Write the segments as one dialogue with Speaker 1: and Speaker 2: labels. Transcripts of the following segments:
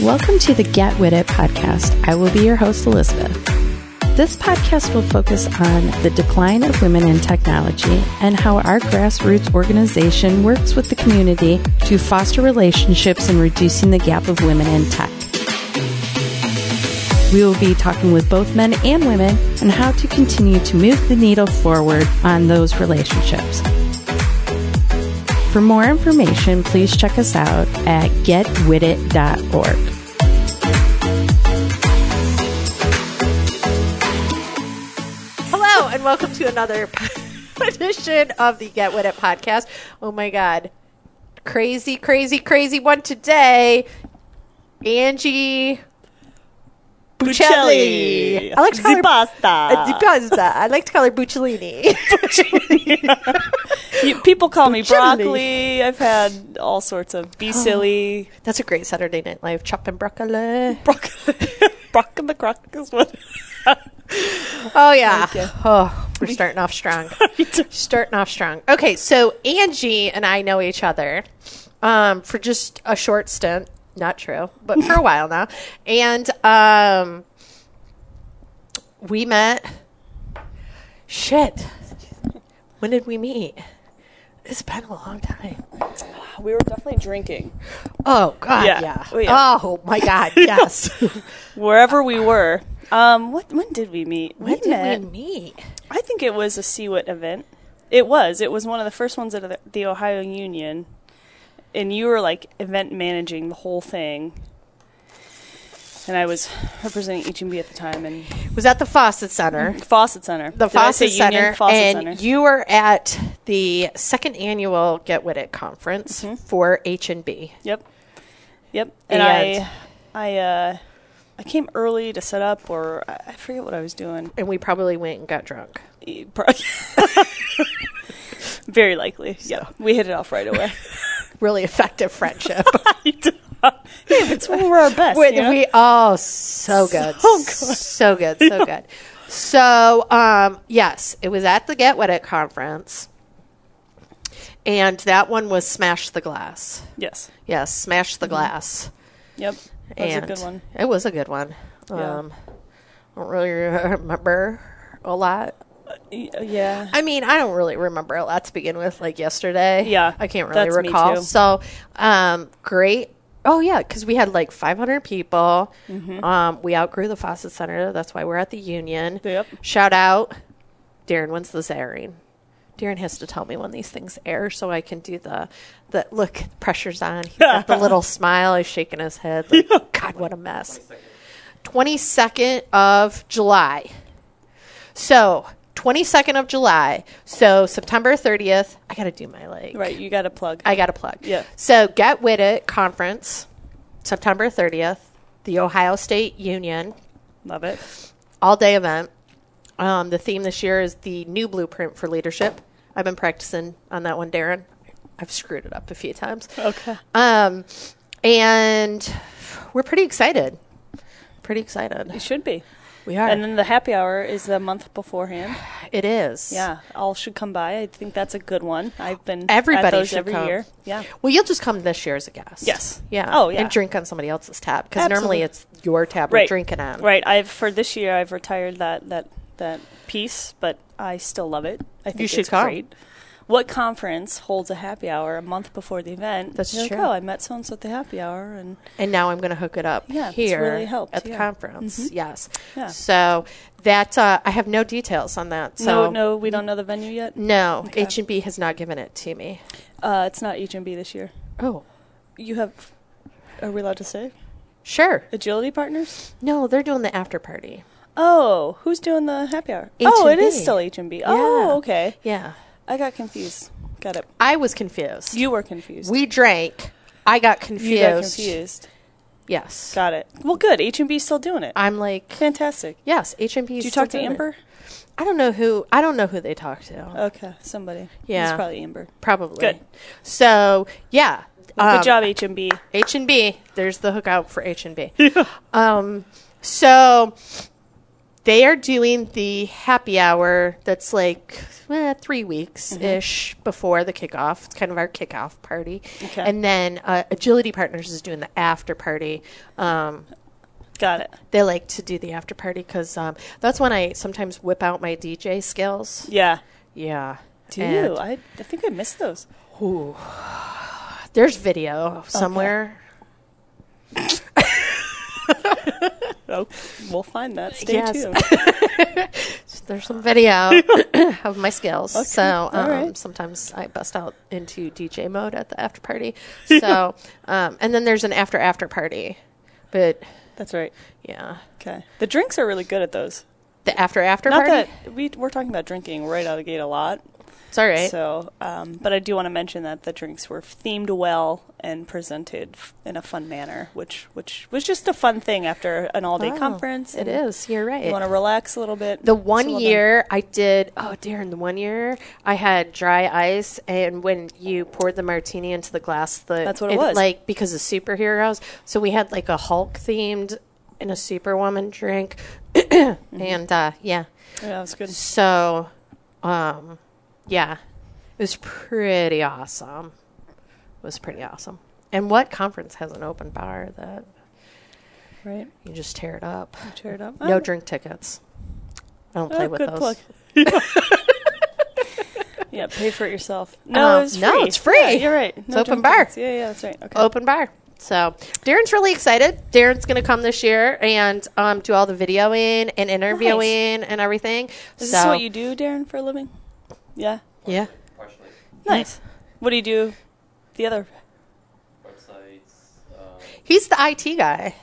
Speaker 1: Welcome to the Get With It podcast. I will be your host, Elizabeth. This podcast will focus on the decline of women in technology and how our grassroots organization works with the community to foster relationships and reducing the gap of women in tech. We will be talking with both men and women on how to continue to move the needle forward on those relationships. For more information, please check us out at getwitit.org.
Speaker 2: Hello, and welcome to another edition of the Get With It podcast. Oh my God. Crazy, crazy, crazy one today. Angie Buccelli.
Speaker 3: Buccelli.
Speaker 2: I like to call her-
Speaker 3: Zipasta.
Speaker 2: Because uh, I like to call her Buccellini.
Speaker 3: You- people call me
Speaker 2: Buccelli.
Speaker 3: broccoli. I've had all sorts of be silly.
Speaker 2: That's a great Saturday Night Live. Chop and broccoli.
Speaker 3: Broccoli. Brock and the crock is what
Speaker 2: Oh, yeah.
Speaker 3: Okay.
Speaker 2: Oh, we're starting off strong. starting off strong. Okay, so Angie and I know each other um, for just a short stint. Not true, but for a while now. And um, we met. Shit. When did we meet? It's been a long time.
Speaker 3: we were definitely drinking.
Speaker 2: Oh, God,
Speaker 3: Yeah.
Speaker 2: yeah.
Speaker 3: Oh, yeah.
Speaker 2: Oh, my God, yes.
Speaker 3: Wherever we were. Um, what when did we meet?
Speaker 2: when did
Speaker 3: met-
Speaker 2: we meet?
Speaker 3: I think it was a Seawit event. It was. It was one of the first ones at the Ohio Union. And you were like event managing the whole thing. And I was representing HMB at the time and
Speaker 2: Was that the Fawcett Center?
Speaker 3: Fawcett Center.
Speaker 2: the
Speaker 3: Did I say
Speaker 2: Fawcett Center,
Speaker 3: Union? Fawcett
Speaker 2: and
Speaker 3: Center.
Speaker 2: you were at the second annual Get With It conference
Speaker 3: Mm-hmm.
Speaker 2: for H and B.
Speaker 3: Yep. Yep. And,
Speaker 2: And-
Speaker 3: I, I, uh, I came early to set up, or I I forget what I was doing.
Speaker 2: And we probably went and got drunk.
Speaker 3: E- pro- Very likely. Yeah, we hit it off right away.
Speaker 2: Really effective friendship.
Speaker 3: hey, it's when we're our best.
Speaker 2: With-
Speaker 3: you know?
Speaker 2: We oh so good,
Speaker 3: So good.
Speaker 2: so good, so good. So um, yes, it was at the Get With It conference, and that one was Smash the Glass.
Speaker 3: yes.
Speaker 2: Yes, Smash the Glass.
Speaker 3: Yep. Mm-hmm. That was a
Speaker 2: And
Speaker 3: good one.
Speaker 2: It was a good one.
Speaker 3: Yeah.
Speaker 2: Um, I don't really remember a lot.
Speaker 3: Y- E, uh, Yeah.
Speaker 2: I mean, I don't really remember a lot to begin with. Like yesterday,
Speaker 3: Yeah,
Speaker 2: I can't really
Speaker 3: that's me
Speaker 2: recall.
Speaker 3: too.
Speaker 2: So, um, great. Oh yeah, because we had like 500 people.
Speaker 3: Mm-hmm.
Speaker 2: Um, we outgrew the Fawcett Center. That's why we're at the Union.
Speaker 3: Yep.
Speaker 2: Shout out, Darren. When's this airing? Darren has to tell me when these things air so I can do the the look. Pressure's on. He's got the little smile. He's shaking his head. Like, God, what a mess. 22nd of July. So, 22nd of July. So, September 30th, I got to do my like.
Speaker 3: right. You got a plug.
Speaker 2: I got to plug.
Speaker 3: Yeah.
Speaker 2: So, Get With It conference, September 30th, the Ohio State Union
Speaker 3: Love it.
Speaker 2: all day event. Um, the theme this year is the new blueprint for leadership. I've been practicing on that one, Darren. I've screwed it up a few times.
Speaker 3: Okay.
Speaker 2: Um, and we're pretty excited. Pretty excited.
Speaker 3: You should be.
Speaker 2: We are.
Speaker 3: And then the happy hour is the month beforehand.
Speaker 2: it is.
Speaker 3: Yeah, all should come by. I think that's a good one. I've been
Speaker 2: Everybody
Speaker 3: at those
Speaker 2: should
Speaker 3: every
Speaker 2: come.
Speaker 3: year. Yeah.
Speaker 2: Well, you'll just come this year as a guest.
Speaker 3: Yes.
Speaker 2: Yeah.
Speaker 3: Oh, yeah.
Speaker 2: And drink on somebody else's tab because normally
Speaker 3: Absolutely.
Speaker 2: it's your tab we're
Speaker 3: right.
Speaker 2: drinking on.
Speaker 3: Right. I've for this year I've retired that that that piece, but I still love it. I think
Speaker 2: should
Speaker 3: it's
Speaker 2: come.
Speaker 3: great. What conference holds a happy hour a month before the event?
Speaker 2: That's
Speaker 3: You're like,
Speaker 2: true.
Speaker 3: oh, I met so and so at the happy hour, and
Speaker 2: And now I'm going to hook it up
Speaker 3: Yeah, it's
Speaker 2: here
Speaker 3: really helped,
Speaker 2: at the
Speaker 3: yeah. Mm-hmm.
Speaker 2: conference. Yes.
Speaker 3: Yeah.
Speaker 2: So that uh, I have no details on that. So
Speaker 3: no, no, we don't know the venue yet.
Speaker 2: No, H and B has not given it to me.
Speaker 3: Uh, it's not HMB this year.
Speaker 2: Oh,
Speaker 3: You have. Are we allowed to say
Speaker 2: sure.
Speaker 3: agility partners?
Speaker 2: No, they're doing the after party.
Speaker 3: Oh, who's doing the happy hour? Oh, it is
Speaker 2: H&B.
Speaker 3: still HMB. Oh,
Speaker 2: Yeah.
Speaker 3: okay.
Speaker 2: Yeah,
Speaker 3: I got confused. Got it.
Speaker 2: I was confused.
Speaker 3: You were confused.
Speaker 2: we drank. I got confused.
Speaker 3: You got confused.
Speaker 2: Yes,
Speaker 3: Got it. Well, good. H and B's still doing it.
Speaker 2: I'm like
Speaker 3: Fantastic.
Speaker 2: yes. H and B.
Speaker 3: Did you talk to Amber?
Speaker 2: I don't know who. I don't know who they talked to.
Speaker 3: Okay, somebody.
Speaker 2: Yeah.
Speaker 3: it's probably Amber.
Speaker 2: Probably.
Speaker 3: good.
Speaker 2: So yeah.
Speaker 3: Well,
Speaker 2: um,
Speaker 3: good job, H and B.
Speaker 2: H and B. There's the hookout for H and B. Um, so they are doing the happy hour that's like eh, three weeks
Speaker 3: Mm-hmm.
Speaker 2: ish before the kickoff. It's kind of our kickoff party.
Speaker 3: Okay.
Speaker 2: And then uh, Agility Partners is doing the after party. Um,
Speaker 3: Got it.
Speaker 2: they like to do the after party because um, that's when I sometimes whip out my DJ skills.
Speaker 3: Yeah.
Speaker 2: Yeah.
Speaker 3: Do
Speaker 2: And-
Speaker 3: you? I, I think I missed those.
Speaker 2: Ooh. There's video somewhere.
Speaker 3: Oh, we'll find that. Stay
Speaker 2: Yes.
Speaker 3: tuned.
Speaker 2: There's some video of my skills. So um,
Speaker 3: right.
Speaker 2: sometimes I bust out into DJ mode at the after party. So, um, and then there's an after after party. But
Speaker 3: That's right.
Speaker 2: yeah,
Speaker 3: Okay. The drinks are really good at those.
Speaker 2: the after after
Speaker 3: Not
Speaker 2: party.
Speaker 3: that we we're talking about drinking right out of the gate a lot.
Speaker 2: it's all right.
Speaker 3: So, um, but I do want to mention that the drinks were themed well and presented f- in a fun manner, which which was just a fun thing after an all day
Speaker 2: Wow.
Speaker 3: conference.
Speaker 2: It
Speaker 3: and
Speaker 2: is. You're right.
Speaker 3: You want to relax a little bit.
Speaker 2: The
Speaker 3: So
Speaker 2: one
Speaker 3: well done.
Speaker 2: year I did, oh, Darren, the one year I had dry ice, and when you poured the martini into the glass, the,
Speaker 3: That's what it was.
Speaker 2: Like, because of superheroes. So we had like a Hulk themed and a Superwoman drink.
Speaker 3: Mm-hmm.
Speaker 2: And uh, yeah.
Speaker 3: Yeah, that was good.
Speaker 2: So, um, yeah, it was pretty awesome. It was pretty awesome. And what conference has an open bar that
Speaker 3: Right.
Speaker 2: you just tear it up?
Speaker 3: Cheer it up.
Speaker 2: No
Speaker 3: Oh,
Speaker 2: drink tickets. I don't
Speaker 3: oh,
Speaker 2: play with
Speaker 3: good
Speaker 2: those.
Speaker 3: plug. yeah, pay for it yourself. No,
Speaker 2: Uh,
Speaker 3: it was
Speaker 2: no,
Speaker 3: free.
Speaker 2: it's free.
Speaker 3: Yeah, you're right. No
Speaker 2: open
Speaker 3: drink
Speaker 2: bar.
Speaker 3: tickets. Yeah, yeah, that's right. Okay.
Speaker 2: open bar. So Darren's really excited. Darren's going to come this year and um, do all the videoing and interviewing and everything.
Speaker 3: Is
Speaker 2: so
Speaker 3: this what you do, Darren, for a living? Yeah.
Speaker 2: yeah,
Speaker 4: Partially.
Speaker 3: Nice. What do you do? The other.
Speaker 4: Websites. Um,
Speaker 2: he's the IT guy.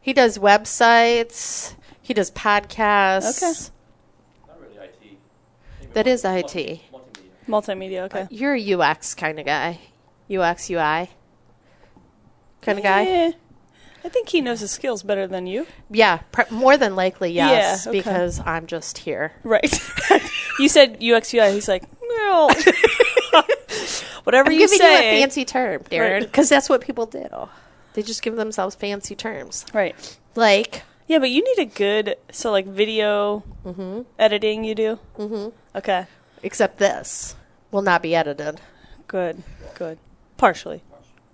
Speaker 2: He does websites. He does podcasts.
Speaker 4: not really IT. Maybe
Speaker 2: That is
Speaker 4: multi-
Speaker 2: IT.
Speaker 4: multi- Multimedia.
Speaker 3: Multimedia, okay.
Speaker 2: You're a UX kind of guy. UX UI kind of guy.
Speaker 3: Yeah. I think he knows his skills better than you.
Speaker 2: Yeah, pr- more than likely yes,
Speaker 3: Yeah, okay.
Speaker 2: because I'm just here.
Speaker 3: Right. you said UX UI. He's like, no. Whatever
Speaker 2: I'm
Speaker 3: you
Speaker 2: giving you
Speaker 3: say.
Speaker 2: a fancy term, Darren,
Speaker 3: Right.
Speaker 2: because that's what people do. They just give themselves fancy terms,
Speaker 3: right.
Speaker 2: like
Speaker 3: Yeah, but you need a good so like video
Speaker 2: Mm-hmm.
Speaker 3: editing. You do. Mm-hmm. Okay.
Speaker 2: except this will not be edited
Speaker 3: Good. Good. Partially.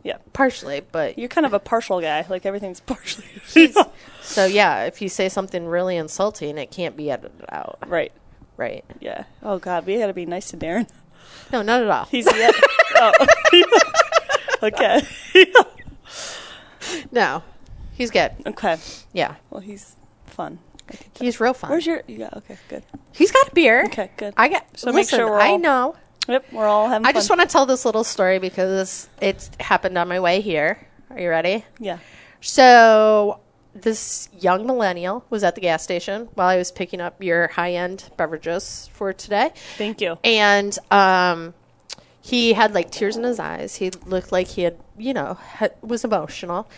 Speaker 3: Yeah.
Speaker 2: partially but
Speaker 3: You're kind of a partial guy. Like everything's partially.
Speaker 2: so yeah if you say something really insulting it can't be edited out
Speaker 3: right.
Speaker 2: right
Speaker 3: Yeah. Oh God, we gotta be nice to Darren.
Speaker 2: no not at all
Speaker 3: He's the. oh. okay.
Speaker 2: no he's good
Speaker 3: Okay.
Speaker 2: yeah
Speaker 3: Well, he's fun. I think
Speaker 2: he's real fun
Speaker 3: Where's your? Yeah. Okay. Good.
Speaker 2: he's got a beer
Speaker 3: Okay. Good.
Speaker 2: i got
Speaker 3: So make
Speaker 2: listen
Speaker 3: sure we're
Speaker 2: i
Speaker 3: all-
Speaker 2: know
Speaker 3: Yep. We're all having.
Speaker 2: i just
Speaker 3: fun.
Speaker 2: want to tell this little story because it's happened on my way here are you ready
Speaker 3: Yeah.
Speaker 2: So this young millennial was at the gas station while I was picking up your high end beverages for today.
Speaker 3: Thank you.
Speaker 2: And um, he had like tears in his eyes. He looked like he had, you know, had, was emotional.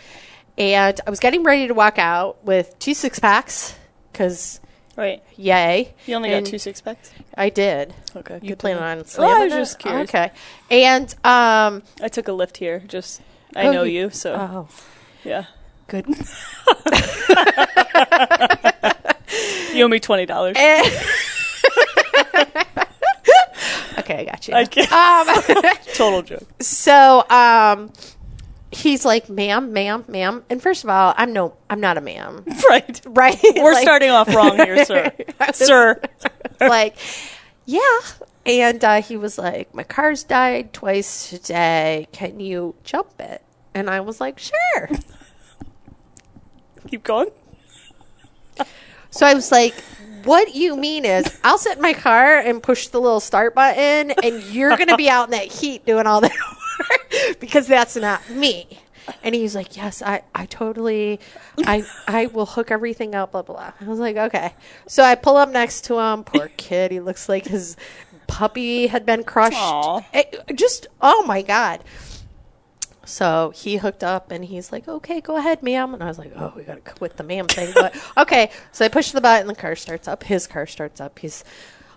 Speaker 2: And I was getting ready to walk out with two six packs because
Speaker 3: Wait.
Speaker 2: yay.
Speaker 3: You only
Speaker 2: And
Speaker 3: got two six packs.
Speaker 2: I did.
Speaker 3: Okay.
Speaker 2: You plan on
Speaker 3: Well,
Speaker 2: slamming
Speaker 3: Oh, I was
Speaker 2: it?
Speaker 3: just curious.
Speaker 2: Okay. And um,
Speaker 3: I took a lift here. Just I
Speaker 2: Oh,
Speaker 3: know
Speaker 2: you-
Speaker 3: you, so
Speaker 2: oh,
Speaker 3: yeah.
Speaker 2: good.
Speaker 3: You owe me twenty dollars.
Speaker 2: Okay, I got you.
Speaker 3: Okay.
Speaker 2: Um,
Speaker 3: Total joke.
Speaker 2: so um he's like ma'am ma'am ma'am and first of all i'm no i'm not a ma'am
Speaker 3: Right.
Speaker 2: right
Speaker 3: We're
Speaker 2: Like-
Speaker 3: starting off wrong here, sir. sir.
Speaker 2: like yeah and uh, he was like my car's died twice today can you jump it and i was like sure
Speaker 3: Keep going.
Speaker 2: so i was like what you mean is i'll sit in my car and push the little start button and you're gonna be out in that heat doing all that work because that's not me and he's like yes i i totally i i will hook everything up blah blah blah i was like okay so i pull up next to him poor kid he looks like his puppy had been crushed
Speaker 3: Aw.
Speaker 2: It- just oh my god so he hooked up and he's like, okay, go ahead, ma'am. And I was like, oh, we got to quit the ma'am thing. But okay. So I push the button, the car starts up. His car starts up. He's,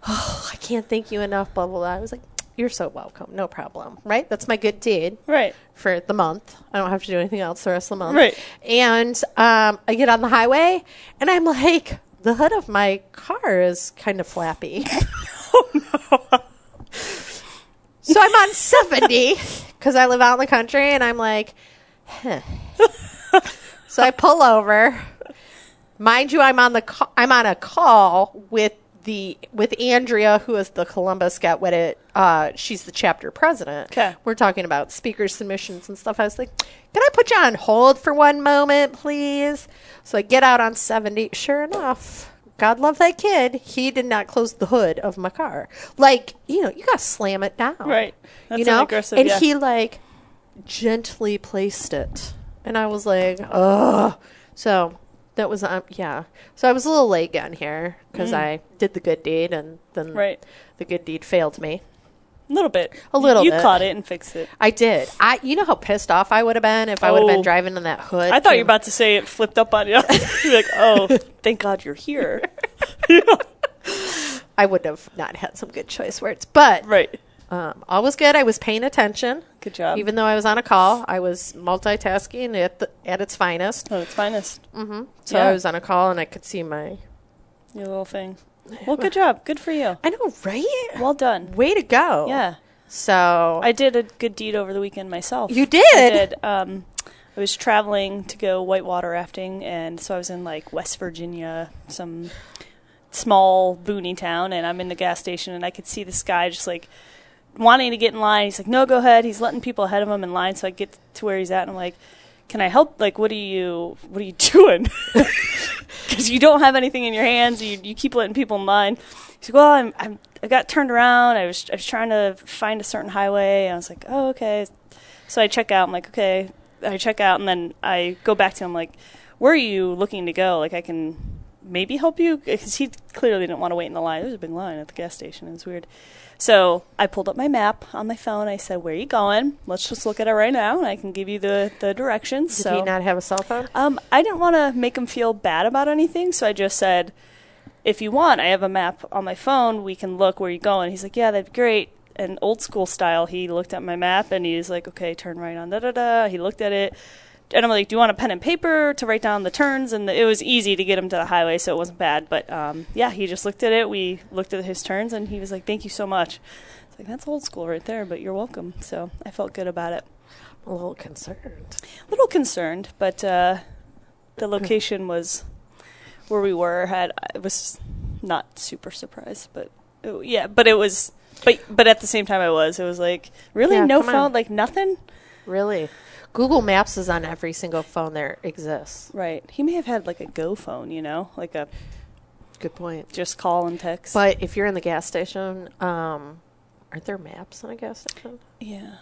Speaker 2: oh, I can't thank you enough, blah, blah, blah. I was like, you're so welcome. No problem. Right? That's my good deed
Speaker 3: Right.
Speaker 2: for the month. I don't have to do anything else the rest of the month.
Speaker 3: Right.
Speaker 2: And um, I get on the highway and I'm like, The hood of my car is kind of flappy. So I'm on 70 because I live out in the country, and I'm like, huh. so I pull over. Mind you, I'm on the ca- I'm on a call with the with Andrea, who is the Columbus Got Wet It. Uh, she's the chapter president.
Speaker 3: 'Kay.
Speaker 2: We're talking about speaker submissions and stuff. I was like, can I put you on hold for one moment, please? So I get out on 70. Sure enough. God love that kid. He did not close the hood of my car. Like, you know, you got to slam it down
Speaker 3: Right.
Speaker 2: you
Speaker 3: That's an
Speaker 2: know,
Speaker 3: aggressive-
Speaker 2: and
Speaker 3: yeah.
Speaker 2: he like gently placed it, and I was like, ugh. So that was um, yeah. So I was a little late getting here because I did the good deed, and then
Speaker 3: Mm. Right.
Speaker 2: the good deed failed me.
Speaker 3: A little bit.
Speaker 2: A little
Speaker 3: You
Speaker 2: bit.
Speaker 3: caught it and fixed it.
Speaker 2: I did. I you know how pissed off I would have been if I would have
Speaker 3: Oh.
Speaker 2: been driving in that hood.
Speaker 3: I thought you were
Speaker 2: came-
Speaker 3: about to say it flipped up on you. You're like, oh, thank God you're here.
Speaker 2: I would have not had some good choice words, but
Speaker 3: Right.
Speaker 2: um, all was good. I was paying attention.
Speaker 3: Good job.
Speaker 2: Even though I was on a call, I was multitasking at the, at its finest.
Speaker 3: Oh, it's finest.
Speaker 2: Mm-hmm. So
Speaker 3: Yeah.
Speaker 2: I was on a call and I could see my.
Speaker 3: Your little thing. Well, good job. Good for you.
Speaker 2: I know, right?
Speaker 3: Well done.
Speaker 2: Way to go!
Speaker 3: Yeah.
Speaker 2: So
Speaker 3: I did a good deed over the weekend myself.
Speaker 2: You
Speaker 3: I
Speaker 2: did?
Speaker 3: did. Um, I was traveling to go whitewater rafting, and so I was in like West Virginia, some small boony town, and I'm in the gas station, and I could see this guy just like wanting to get in line. He's like, "No, go ahead." He's letting people ahead of him in line, so I get to where he's at, and I'm like, "Can I help? Like, what are you, what are you doing?" because you don't have anything in your hands. You you keep letting people in line. He's like, well, I'm, I'm I got turned around. I was I was trying to find a certain highway. And I was like, oh okay. So I check out. I'm like, okay. I check out, and then I go back to him. Like, where are you looking to go? Like, I can maybe help you because he clearly didn't want to wait in the line. There was a big line at the gas station. It was weird. So I pulled up my map on my phone. I said, "Where are you going? Let's just look at it right now, and I can give you the the directions."
Speaker 2: did
Speaker 3: so
Speaker 2: he not have a cell phone?
Speaker 3: um, I didn't want to make him feel bad about anything, so I just said, "If you want, I have a map on my phone. We can look where you're going." He's like, "Yeah, that'd be great." And old school style, he looked at my map and he's like, "Okay, turn right on da da da." He looked at it, and I'm like, "Do you want a pen and paper to write down the turns?" And the, it was easy to get him to the highway, so it wasn't bad. But um, yeah, he just looked at it. We looked at his turns, and he was like, "Thank you so much." It's like that's old school right there, but you're welcome. So I felt good about it
Speaker 2: I'm a little concerned.
Speaker 3: little concerned, but uh, the
Speaker 2: Hmm.
Speaker 3: location was where we were. Had I was not super surprised, but it, yeah, but it was. But but at the same time, I was. It was like really
Speaker 2: Yeah,
Speaker 3: no
Speaker 2: come
Speaker 3: phone,
Speaker 2: on.
Speaker 3: like nothing.
Speaker 2: Really, Google Maps is on every single phone there exists.
Speaker 3: Right. He may have had like a go phone, you know, like a
Speaker 2: Good point.
Speaker 3: just call and text.
Speaker 2: But if you're in the gas station, um, aren't there maps on a gas station?
Speaker 3: yeah,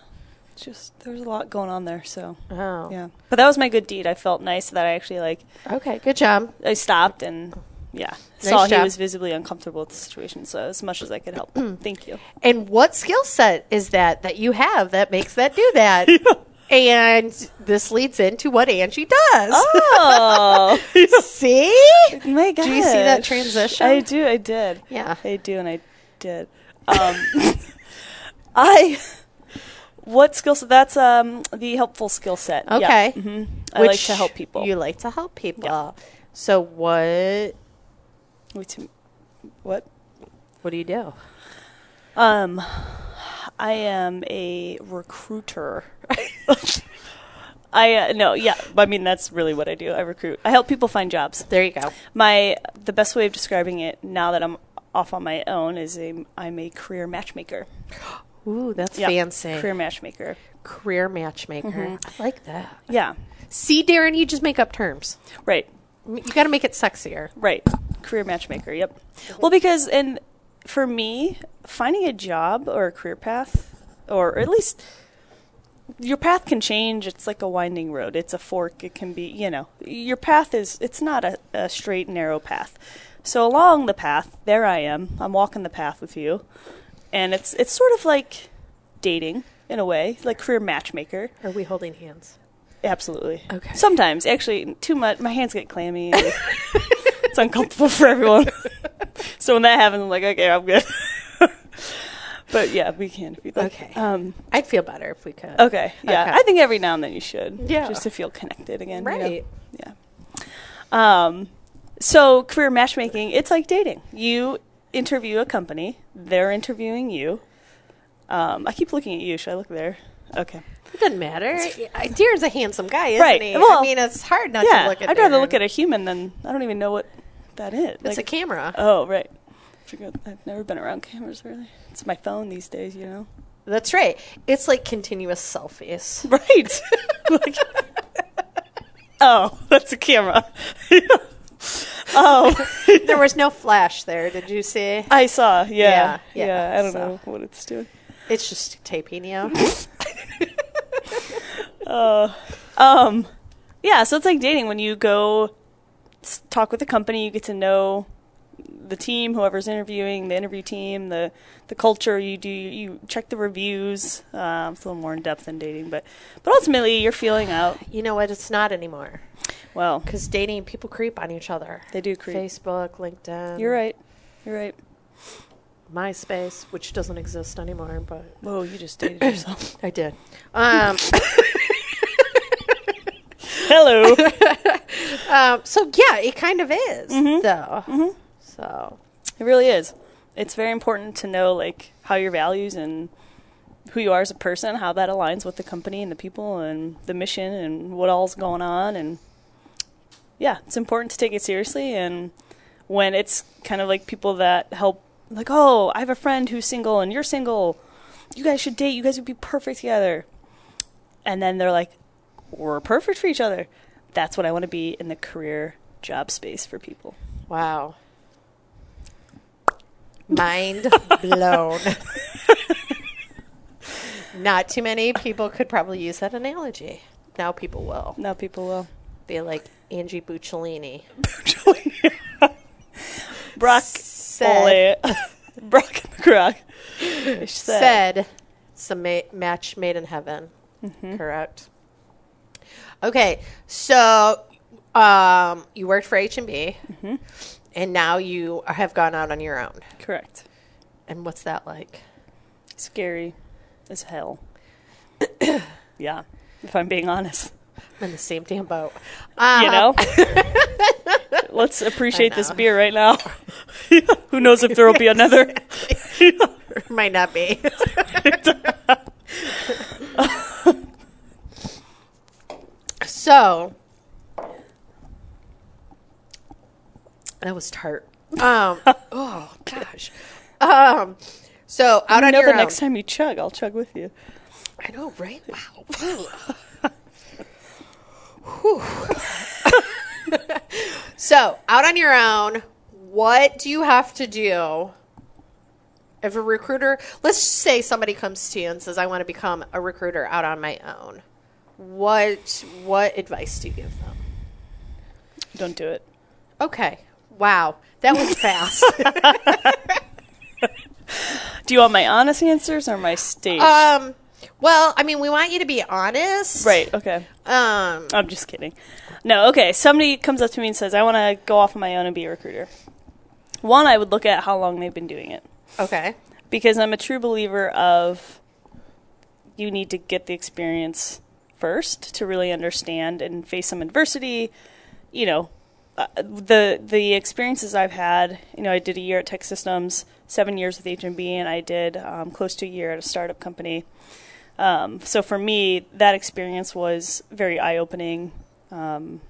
Speaker 3: just there was a lot going on there. So
Speaker 2: Oh,
Speaker 3: yeah, but that was my good deed. I felt nice that I actually like
Speaker 2: Okay, good job.
Speaker 3: I stopped and. Yeah,
Speaker 2: Nice
Speaker 3: saw he
Speaker 2: job.
Speaker 3: was visibly uncomfortable with the situation, so as much as I could help, thank you.
Speaker 2: And what skill set is that that you have that makes that do that? And this leads into what Angie does.
Speaker 3: Oh,
Speaker 2: See?
Speaker 3: my god!
Speaker 2: Do you see that transition?
Speaker 3: I do. I did.
Speaker 2: Yeah.
Speaker 3: I do, and I did. Um, I what skill set? That's um the helpful skill set. Yeah.
Speaker 2: Okay.
Speaker 3: Mhm. I like to help people.
Speaker 2: You like to help people. So what
Speaker 3: Wait, to- what?
Speaker 2: what do you do?
Speaker 3: Um, I am a recruiter. I uh, no, yeah. I mean, that's really what I do. I recruit. I help people find jobs.
Speaker 2: There you go.
Speaker 3: my the best way of describing it now that I'm off on my own is a, I'm a career matchmaker.
Speaker 2: Ooh, that's
Speaker 3: Yeah,
Speaker 2: fancy.
Speaker 3: Career
Speaker 2: Career,
Speaker 3: matchmaker.
Speaker 2: matchmaker. I like that.
Speaker 3: Yeah.
Speaker 2: See, Darren, you just make up terms.
Speaker 3: Right.
Speaker 2: You got to make it sexier.
Speaker 3: Right. Career matchmaker. Yep. Well, because and for me, finding a job or a career path, or at least your path can change. It's like a winding road. It's a fork. It can be, you know, your path is. It's not a, a straight narrow path. So along the path, there I am. I'm walking the path with you, and it's it's sort of like dating in a way, like career matchmaker.
Speaker 2: Are we holding hands?
Speaker 3: Absolutely.
Speaker 2: Okay.
Speaker 3: Sometimes, actually, too much. My hands get clammy. and it's uncomfortable for everyone. so when that happens, I'm like, okay, I'm good. but yeah, we can if you'd like.
Speaker 2: Okay.
Speaker 3: Um,
Speaker 2: I'd feel better if we could.
Speaker 3: okay. Yeah.
Speaker 2: Okay.
Speaker 3: I think every now and then you should.
Speaker 2: Yeah.
Speaker 3: Just to feel connected again. you know?
Speaker 2: Right.
Speaker 3: Yeah. Um, So career matchmaking, it's like dating. You interview a company, they're interviewing you. Um, I keep looking at you. Should I look there? Okay.
Speaker 2: It doesn't matter. Yeah, Darren's a handsome guy, isn't
Speaker 3: Right.
Speaker 2: he?
Speaker 3: Well,
Speaker 2: I mean, it's hard not
Speaker 3: yeah,
Speaker 2: to look at.
Speaker 3: I'd rather
Speaker 2: Darren.
Speaker 3: look at a human than I don't even know what that is.
Speaker 2: It's a camera.
Speaker 3: Oh right. Forgot I've never been around cameras really. It's my phone these days, you know.
Speaker 2: That's right. It's like continuous selfies.
Speaker 3: Right. like, oh, that's a camera. oh,
Speaker 2: there was no flash there. Did you see?
Speaker 3: I saw. Yeah,
Speaker 2: Yeah,
Speaker 3: yeah.
Speaker 2: yeah,
Speaker 3: I don't
Speaker 2: so.
Speaker 3: know what it's doing.
Speaker 2: It's just taping you.
Speaker 3: Um, yeah. So it's like dating when you go s- talk with a company, you get to know the team, whoever's interviewing, the interview team, the the culture. You do you check the reviews. Um, it's a little more in depth than dating, but but ultimately you're feeling out.
Speaker 2: you know what? It's not anymore.
Speaker 3: Well,
Speaker 2: Because dating, people creep on each other.
Speaker 3: They do creep.
Speaker 2: Facebook, LinkedIn.
Speaker 3: you're right. You're right.
Speaker 2: MySpace, which doesn't exist anymore, but
Speaker 3: Whoa, you just dated yourself.
Speaker 2: I did. Um,
Speaker 3: Hello.
Speaker 2: um, so yeah, it kind of is though. So
Speaker 3: It really is. It's very important to know like how your values and who you are as a person, how that aligns with the company and the people and the mission and what all's going on and yeah, it's important to take it seriously and when it's kind of like people that help like, "Oh, I have a friend who's single and you're single. You guys should date. You guys would be perfect together." And then they're like, "We're perfect for each other." That's what I want to be in the career job space for people.
Speaker 2: wow, mind blown. Not too many people could probably use that analogy. Now people will.
Speaker 3: Now people will
Speaker 2: They like Angie Bucciolini.
Speaker 3: Brock
Speaker 2: Said.
Speaker 3: Foley. Brock and the Croc. Said.
Speaker 2: said it's a ma- match made in heaven. Correct. Okay, so um, you worked for H and B, and now you have gone out on your own.
Speaker 3: Correct.
Speaker 2: And what's that like?
Speaker 3: Scary as hell. yeah, if I'm being honest.
Speaker 2: I'm in the same damn boat. Um,
Speaker 3: You know? Let's appreciate this
Speaker 2: know.
Speaker 3: beer right now. Who knows if there will be another?
Speaker 2: might not be. so that was tart. Um, oh gosh. Um, so out
Speaker 3: I
Speaker 2: on
Speaker 3: know
Speaker 2: your
Speaker 3: the
Speaker 2: own.
Speaker 3: next time you chug, I'll chug with you.
Speaker 2: I know, right? Wow. Whew. so, out on your own, what do you have to do? If a recruiter, let's say somebody comes to you and says, "I want to become a recruiter out on my own," what what advice do you give them?
Speaker 3: Don't do it.
Speaker 2: Okay, wow, that was fast.
Speaker 3: Do you want my honest answers or my stage?
Speaker 2: um, well, I mean, we want you to be honest,
Speaker 3: right, okay.
Speaker 2: Um,
Speaker 3: I'm just kidding. No, okay. Somebody comes up to me and says, I want to go off on my own and be a recruiter. One, I would look at how long they've been doing it
Speaker 2: okay,
Speaker 3: because I'm a true believer of you need to get the experience first to really understand and face some adversity. You know, uh, the the experiences I've had. You know, I did a year at Tech Systems, seven years with HMB, and I did um, close to a year at a startup company. Um, so for me, that experience was very eye opening um,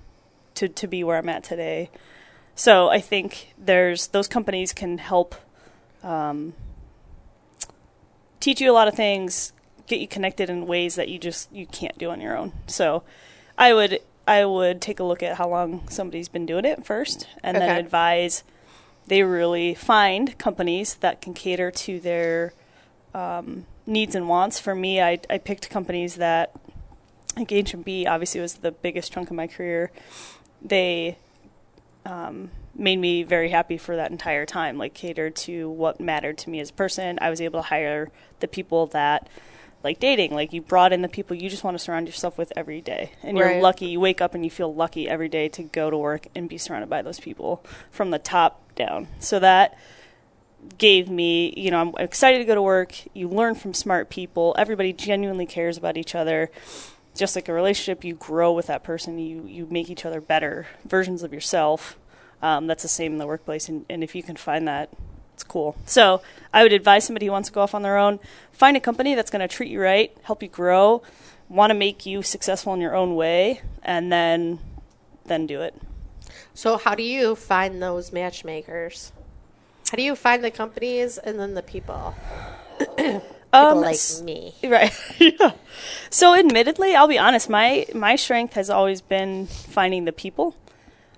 Speaker 3: to to be where I'm at today. So I think there's those companies can help um, teach you a lot of things, get you connected in ways that you just you can't do on your own. So I would I would take a look at how long somebody's been doing it first, and then
Speaker 2: Okay.
Speaker 3: advise they really find companies that can cater to their um, needs and wants. For me, I I picked companies that like H&B obviously was the biggest chunk of my career. They um, made me very happy for that entire time, like catered to what mattered to me as a person. I was able to hire the people that like dating, like you brought in the people you just want to surround yourself with every day. And
Speaker 2: Right.
Speaker 3: you're lucky, you wake up and you feel lucky every day to go to work and be surrounded by those people from the top down. So that gave me, you know, I'm excited to go to work. You learn from smart people. Everybody genuinely cares about each other. Just like a relationship, you grow with that person. You you make each other better versions of yourself. Um, that's the same in the workplace, and, and if you can find that, it's cool. So I would advise somebody who wants to go off on their own, find a company that's going to treat you right, help you grow, want to make you successful in your own way, and then then do it.
Speaker 2: So how do you find those matchmakers? How do you find the companies and then the people? people
Speaker 3: Um,
Speaker 2: like
Speaker 3: s-
Speaker 2: me.
Speaker 3: Right. yeah. So, admittedly, I'll be honest. My my strength has always been finding the people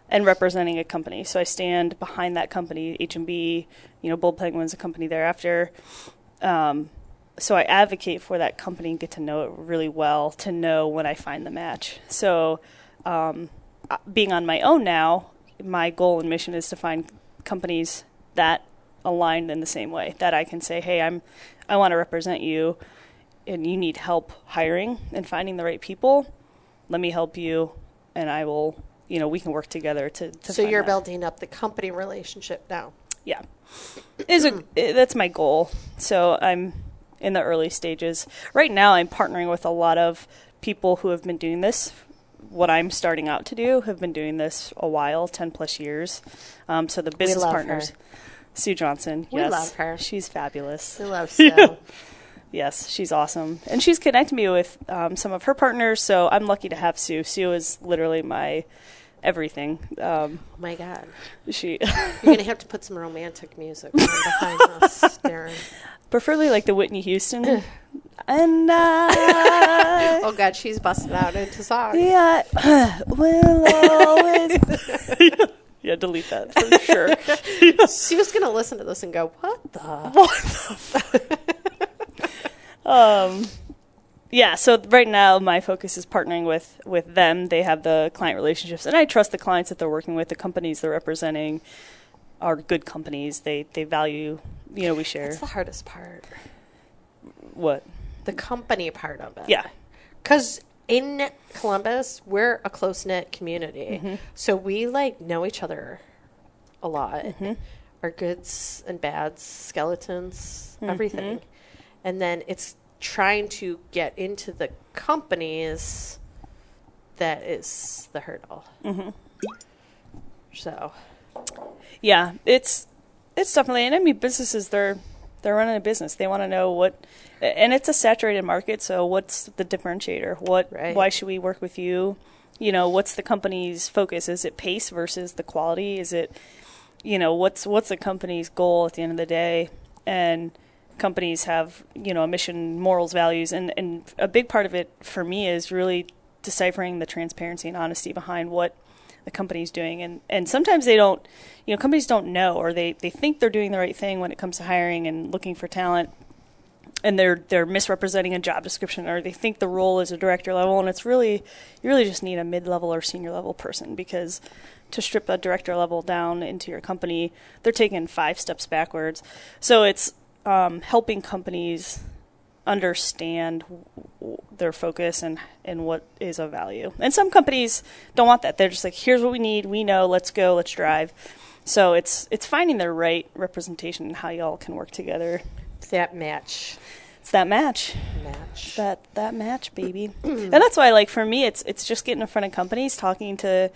Speaker 3: and representing a company. So I stand behind that company, H and B. You know, Bold Penguins, a company thereafter. Um, so I advocate for that company and get to know it really well to know when I find the match. So, um, uh, being on my own now, my goal and mission is to find companies that align in the same way that I can say, "Hey, I'm, I want to represent you, and you need help hiring and finding the right people. Let me help you, and I will. You know, we can work together to." to
Speaker 2: So
Speaker 3: find
Speaker 2: you're
Speaker 3: that.
Speaker 2: building up the company relationship now.
Speaker 3: yeah is a eh, that's my goal so i'm in the early stages right now i'm partnering with a lot of people who have been doing this what i'm starting out to do have been doing this a while 10 plus years um, so the business
Speaker 2: love
Speaker 3: partners
Speaker 2: her.
Speaker 3: sue johnson
Speaker 2: We
Speaker 3: yes
Speaker 2: love her.
Speaker 3: she's fabulous
Speaker 2: I love so.
Speaker 3: Yes, she's awesome, and she's connected me with um, some of her partners. So I'm lucky to have Sue. Sue is literally my everything. Um,
Speaker 2: Oh my god.
Speaker 3: she
Speaker 2: You're gonna have to put some romantic music on behind us, Darren.
Speaker 3: preferably like the Whitney Houston. and I,
Speaker 2: Oh god, she's busting out into song.
Speaker 3: Uh, yeah, will always. yeah, delete that for sure.
Speaker 2: She was gonna listen to this and go, What the
Speaker 3: um, yeah, so right now my focus is partnering with with them. They have the client relationships, and I trust the clients that they're working with. The companies they're representing are good companies. They they value. You know, we share
Speaker 2: That's the hardest part.
Speaker 3: what.
Speaker 2: The company part of it.
Speaker 3: Yeah,
Speaker 2: Because in Columbus, we're a close knit community. So we like know each other a lot. Our goods and bads, skeletons, everything. And then it's trying to get into the companies that is the hurdle. So,
Speaker 3: yeah, it's it's definitely. And I mean, businesses they're they're running a business. They want to know what, and it's a saturated market. So what's the differentiator? What
Speaker 2: Right.
Speaker 3: why should we work with you? You know, what's the company's focus? Is it pace versus the quality? Is it you know what's what's the company's goal at the end of the day and companies have you know a mission morals values and and a big part of it for me is really deciphering the transparency and honesty behind what the company's doing and and sometimes they don't you know companies don't know or they they think they're doing the right thing when it comes to hiring and looking for talent and they're they're misrepresenting a job description or they think the role is a director level and it's really you really just need a mid level or senior level person because to strip a director level down into your company they're taking five steps backwards so it's um, helping companies understand w- w- their focus and and what is of value and some companies don't want that they're just like here's what we need we know let's go let's drive so it's it's finding the right representation and how y'all can work together
Speaker 2: that match.
Speaker 3: it's that match
Speaker 2: Match.
Speaker 3: that that match baby and that's why like for me it's it's just getting in front of companies talking to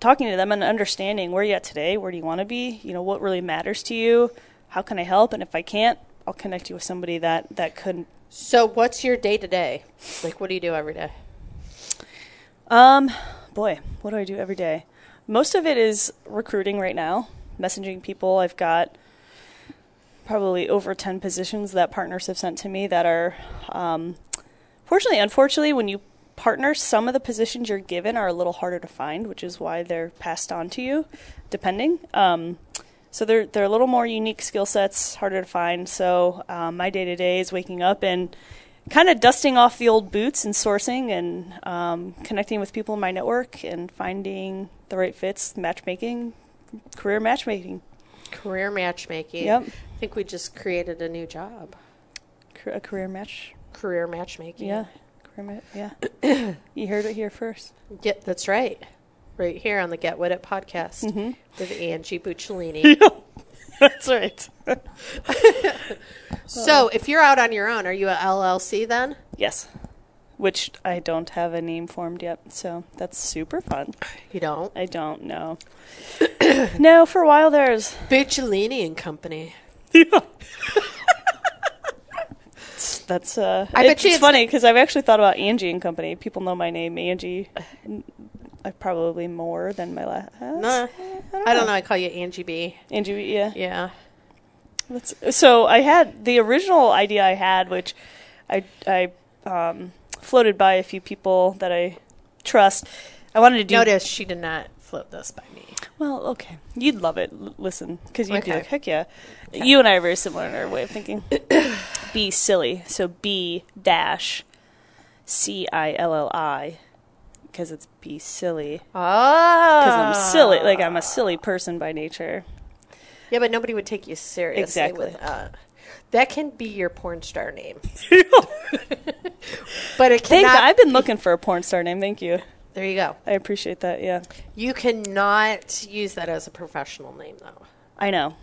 Speaker 3: talking to them and understanding where you at today where do you want to be you know what really matters to you how can i help and if i can't i'll connect you with somebody that that could
Speaker 2: so, what's your day to day? Like, what do you do every day?
Speaker 3: um boy what do i do every day most of it is recruiting right now messaging people i've got probably over 10 positions that partners have sent to me that are um, fortunately unfortunately when you partner some of the positions you're given are a little harder to find which is why they're passed on to you depending um, so they're they're a little more unique skill sets harder to find so um, my day to day is waking up and kind of dusting off the old boots and sourcing and um, connecting with people in my network and finding the right fits matchmaking career matchmaking
Speaker 2: Career matchmaking.
Speaker 3: Yep.
Speaker 2: I think we just created a new job.
Speaker 3: Car- a career match
Speaker 2: Career matchmaking.
Speaker 3: Yeah. Kermit, yeah. you heard it here first.
Speaker 2: Yeah, that's right. Right here on the Get With It podcast
Speaker 3: Mm-hmm.
Speaker 2: with Angie Buccellini.
Speaker 3: That's right.
Speaker 2: so, if you're out on your own, are you a LLC then?
Speaker 3: Yes. which I don't have a name formed yet. So that's super fun.
Speaker 2: You don't?
Speaker 3: I don't know. no, for a while there's
Speaker 2: Buccellini and Company.
Speaker 3: that's uh.
Speaker 2: I bet
Speaker 3: it's,
Speaker 2: you
Speaker 3: it's
Speaker 2: it's-
Speaker 3: funny because I've actually thought about Angie and Company. People know my name, Angie. I probably more than my last.
Speaker 2: No, I don't know. I call you Angie B.
Speaker 3: Angie, yeah.
Speaker 2: Yeah.
Speaker 3: That's, so I had the original idea I had, which I I um, floated by a few people that I trust. I wanted to do.
Speaker 2: Notice she did not float this by me.
Speaker 3: Well, okay, you'd love it. L- listen, because you'd be
Speaker 2: Okay.
Speaker 3: like, heck yeah. You and I are very similar in our way of thinking. be silly. So B dash C I L L I, because it's be silly.
Speaker 2: Oh,
Speaker 3: Because I'm silly. Like I'm a silly person by nature.
Speaker 2: Yeah, but nobody would take you seriously
Speaker 3: Exactly.
Speaker 2: with uh, that can be your porn star name. but it
Speaker 3: Thank.
Speaker 2: cannot.
Speaker 3: I've been looking for a porn star name. Thank you.
Speaker 2: there you go.
Speaker 3: I appreciate that. Yeah.
Speaker 2: You cannot use that as a professional name, though.
Speaker 3: I know.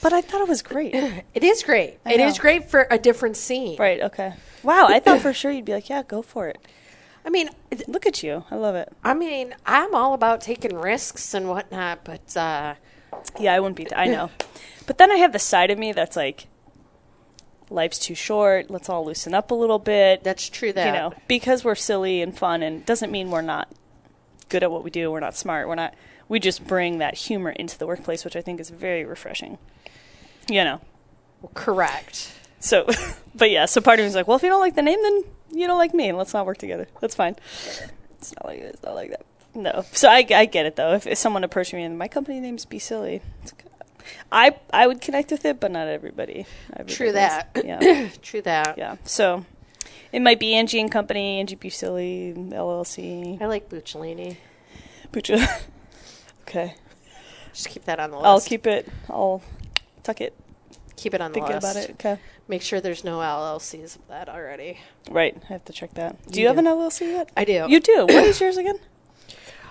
Speaker 3: But I thought it was great.
Speaker 2: It is great.
Speaker 3: I
Speaker 2: It is
Speaker 3: know.
Speaker 2: great for a different scene.
Speaker 3: right, okay. Wow, I thought for sure you'd be like, yeah, go for it.
Speaker 2: I mean, th-
Speaker 3: Look at you. I love it.
Speaker 2: I mean, I'm all about taking risks and whatnot, but uh,
Speaker 3: Yeah, I wouldn't be. I know. But then I have the side of me that's like, life's too short. Let's all loosen up a little bit.
Speaker 2: that's true. That
Speaker 3: you know, because we're silly and fun and doesn't mean we're not good at what we do. We're not smart. We're not. We just bring that humor into the workplace, which I think is very refreshing. You know.
Speaker 2: correct.
Speaker 3: So, but yeah, so part of me was like, well, if you don't like the name, then you don't like me, and let's not work together. That's fine. It's not like it's not like that. No. So I, I get it though. If, if someone approached me and my company name's Be Silly, it's okay. I I would connect with it, but not everybody. Everybody
Speaker 2: True
Speaker 3: does.
Speaker 2: that.
Speaker 3: Yeah,
Speaker 2: True that.
Speaker 3: yeah. So it might be Angie and Company, Angie Be Silly LLC,
Speaker 2: I like Buccellini.
Speaker 3: Pucha. okay,
Speaker 2: Just keep that on the list.
Speaker 3: I'll keep it. I'll tuck it.
Speaker 2: keep it on the
Speaker 3: Thinking
Speaker 2: list.
Speaker 3: about it. Okay.
Speaker 2: Make sure there's no LLCs of that already.
Speaker 3: Right, I have to check that. Do
Speaker 2: You
Speaker 3: you, have
Speaker 2: do.
Speaker 3: an LLC yet?
Speaker 2: I do.
Speaker 3: You do. What is yours again?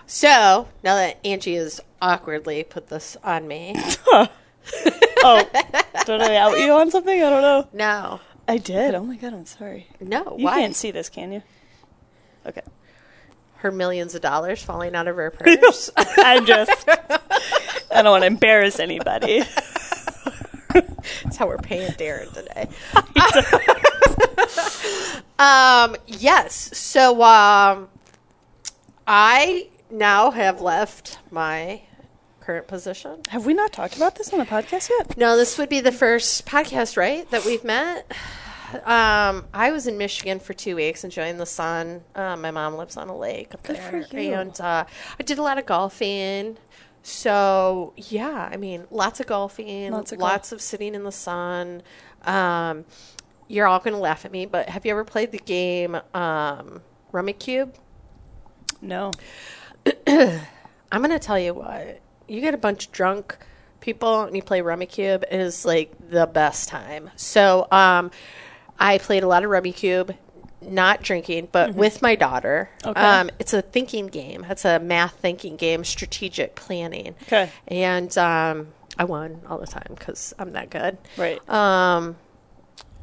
Speaker 2: So now that Angie has awkwardly put this on me,
Speaker 3: Oh, did I out you on something? I don't know.
Speaker 2: no,
Speaker 3: I did. Oh my god, I'm sorry.
Speaker 2: no,
Speaker 3: You
Speaker 2: why?
Speaker 3: can't see this, can you? Okay.
Speaker 2: Her millions of dollars falling out of her purse.
Speaker 3: I just. I don't want to embarrass anybody.
Speaker 2: That's how we're paying Darren today. um, yes. So um, I now have left my current position.
Speaker 3: Have we not talked about this on the podcast yet?
Speaker 2: No, this would be the first podcast, right, that we've met. Um, I was in Michigan for two weeks enjoying the sun. Uh, my mom lives on a lake up
Speaker 3: Good
Speaker 2: there,
Speaker 3: for you.
Speaker 2: and uh, I did a lot of golfing. So yeah, I mean, lots of golfing,
Speaker 3: Lots
Speaker 2: lots
Speaker 3: of
Speaker 2: of,
Speaker 3: golf.
Speaker 2: sitting in the sun. Um, you're all going to laugh at me, but have you ever played the game um, Rummy Cube?
Speaker 3: No.
Speaker 2: I'm gonna tell you what. You get a bunch of drunk people and you play Rummy Cube it is like the best time. So um, I played a lot of Rummy Cube, not drinking, but with my daughter.
Speaker 3: Mm-hmm. Okay.
Speaker 2: Um, it's a thinking game. It's a math thinking game, strategic planning.
Speaker 3: Okay.
Speaker 2: And um, I won all the time because I'm that good.
Speaker 3: Right.
Speaker 2: Um,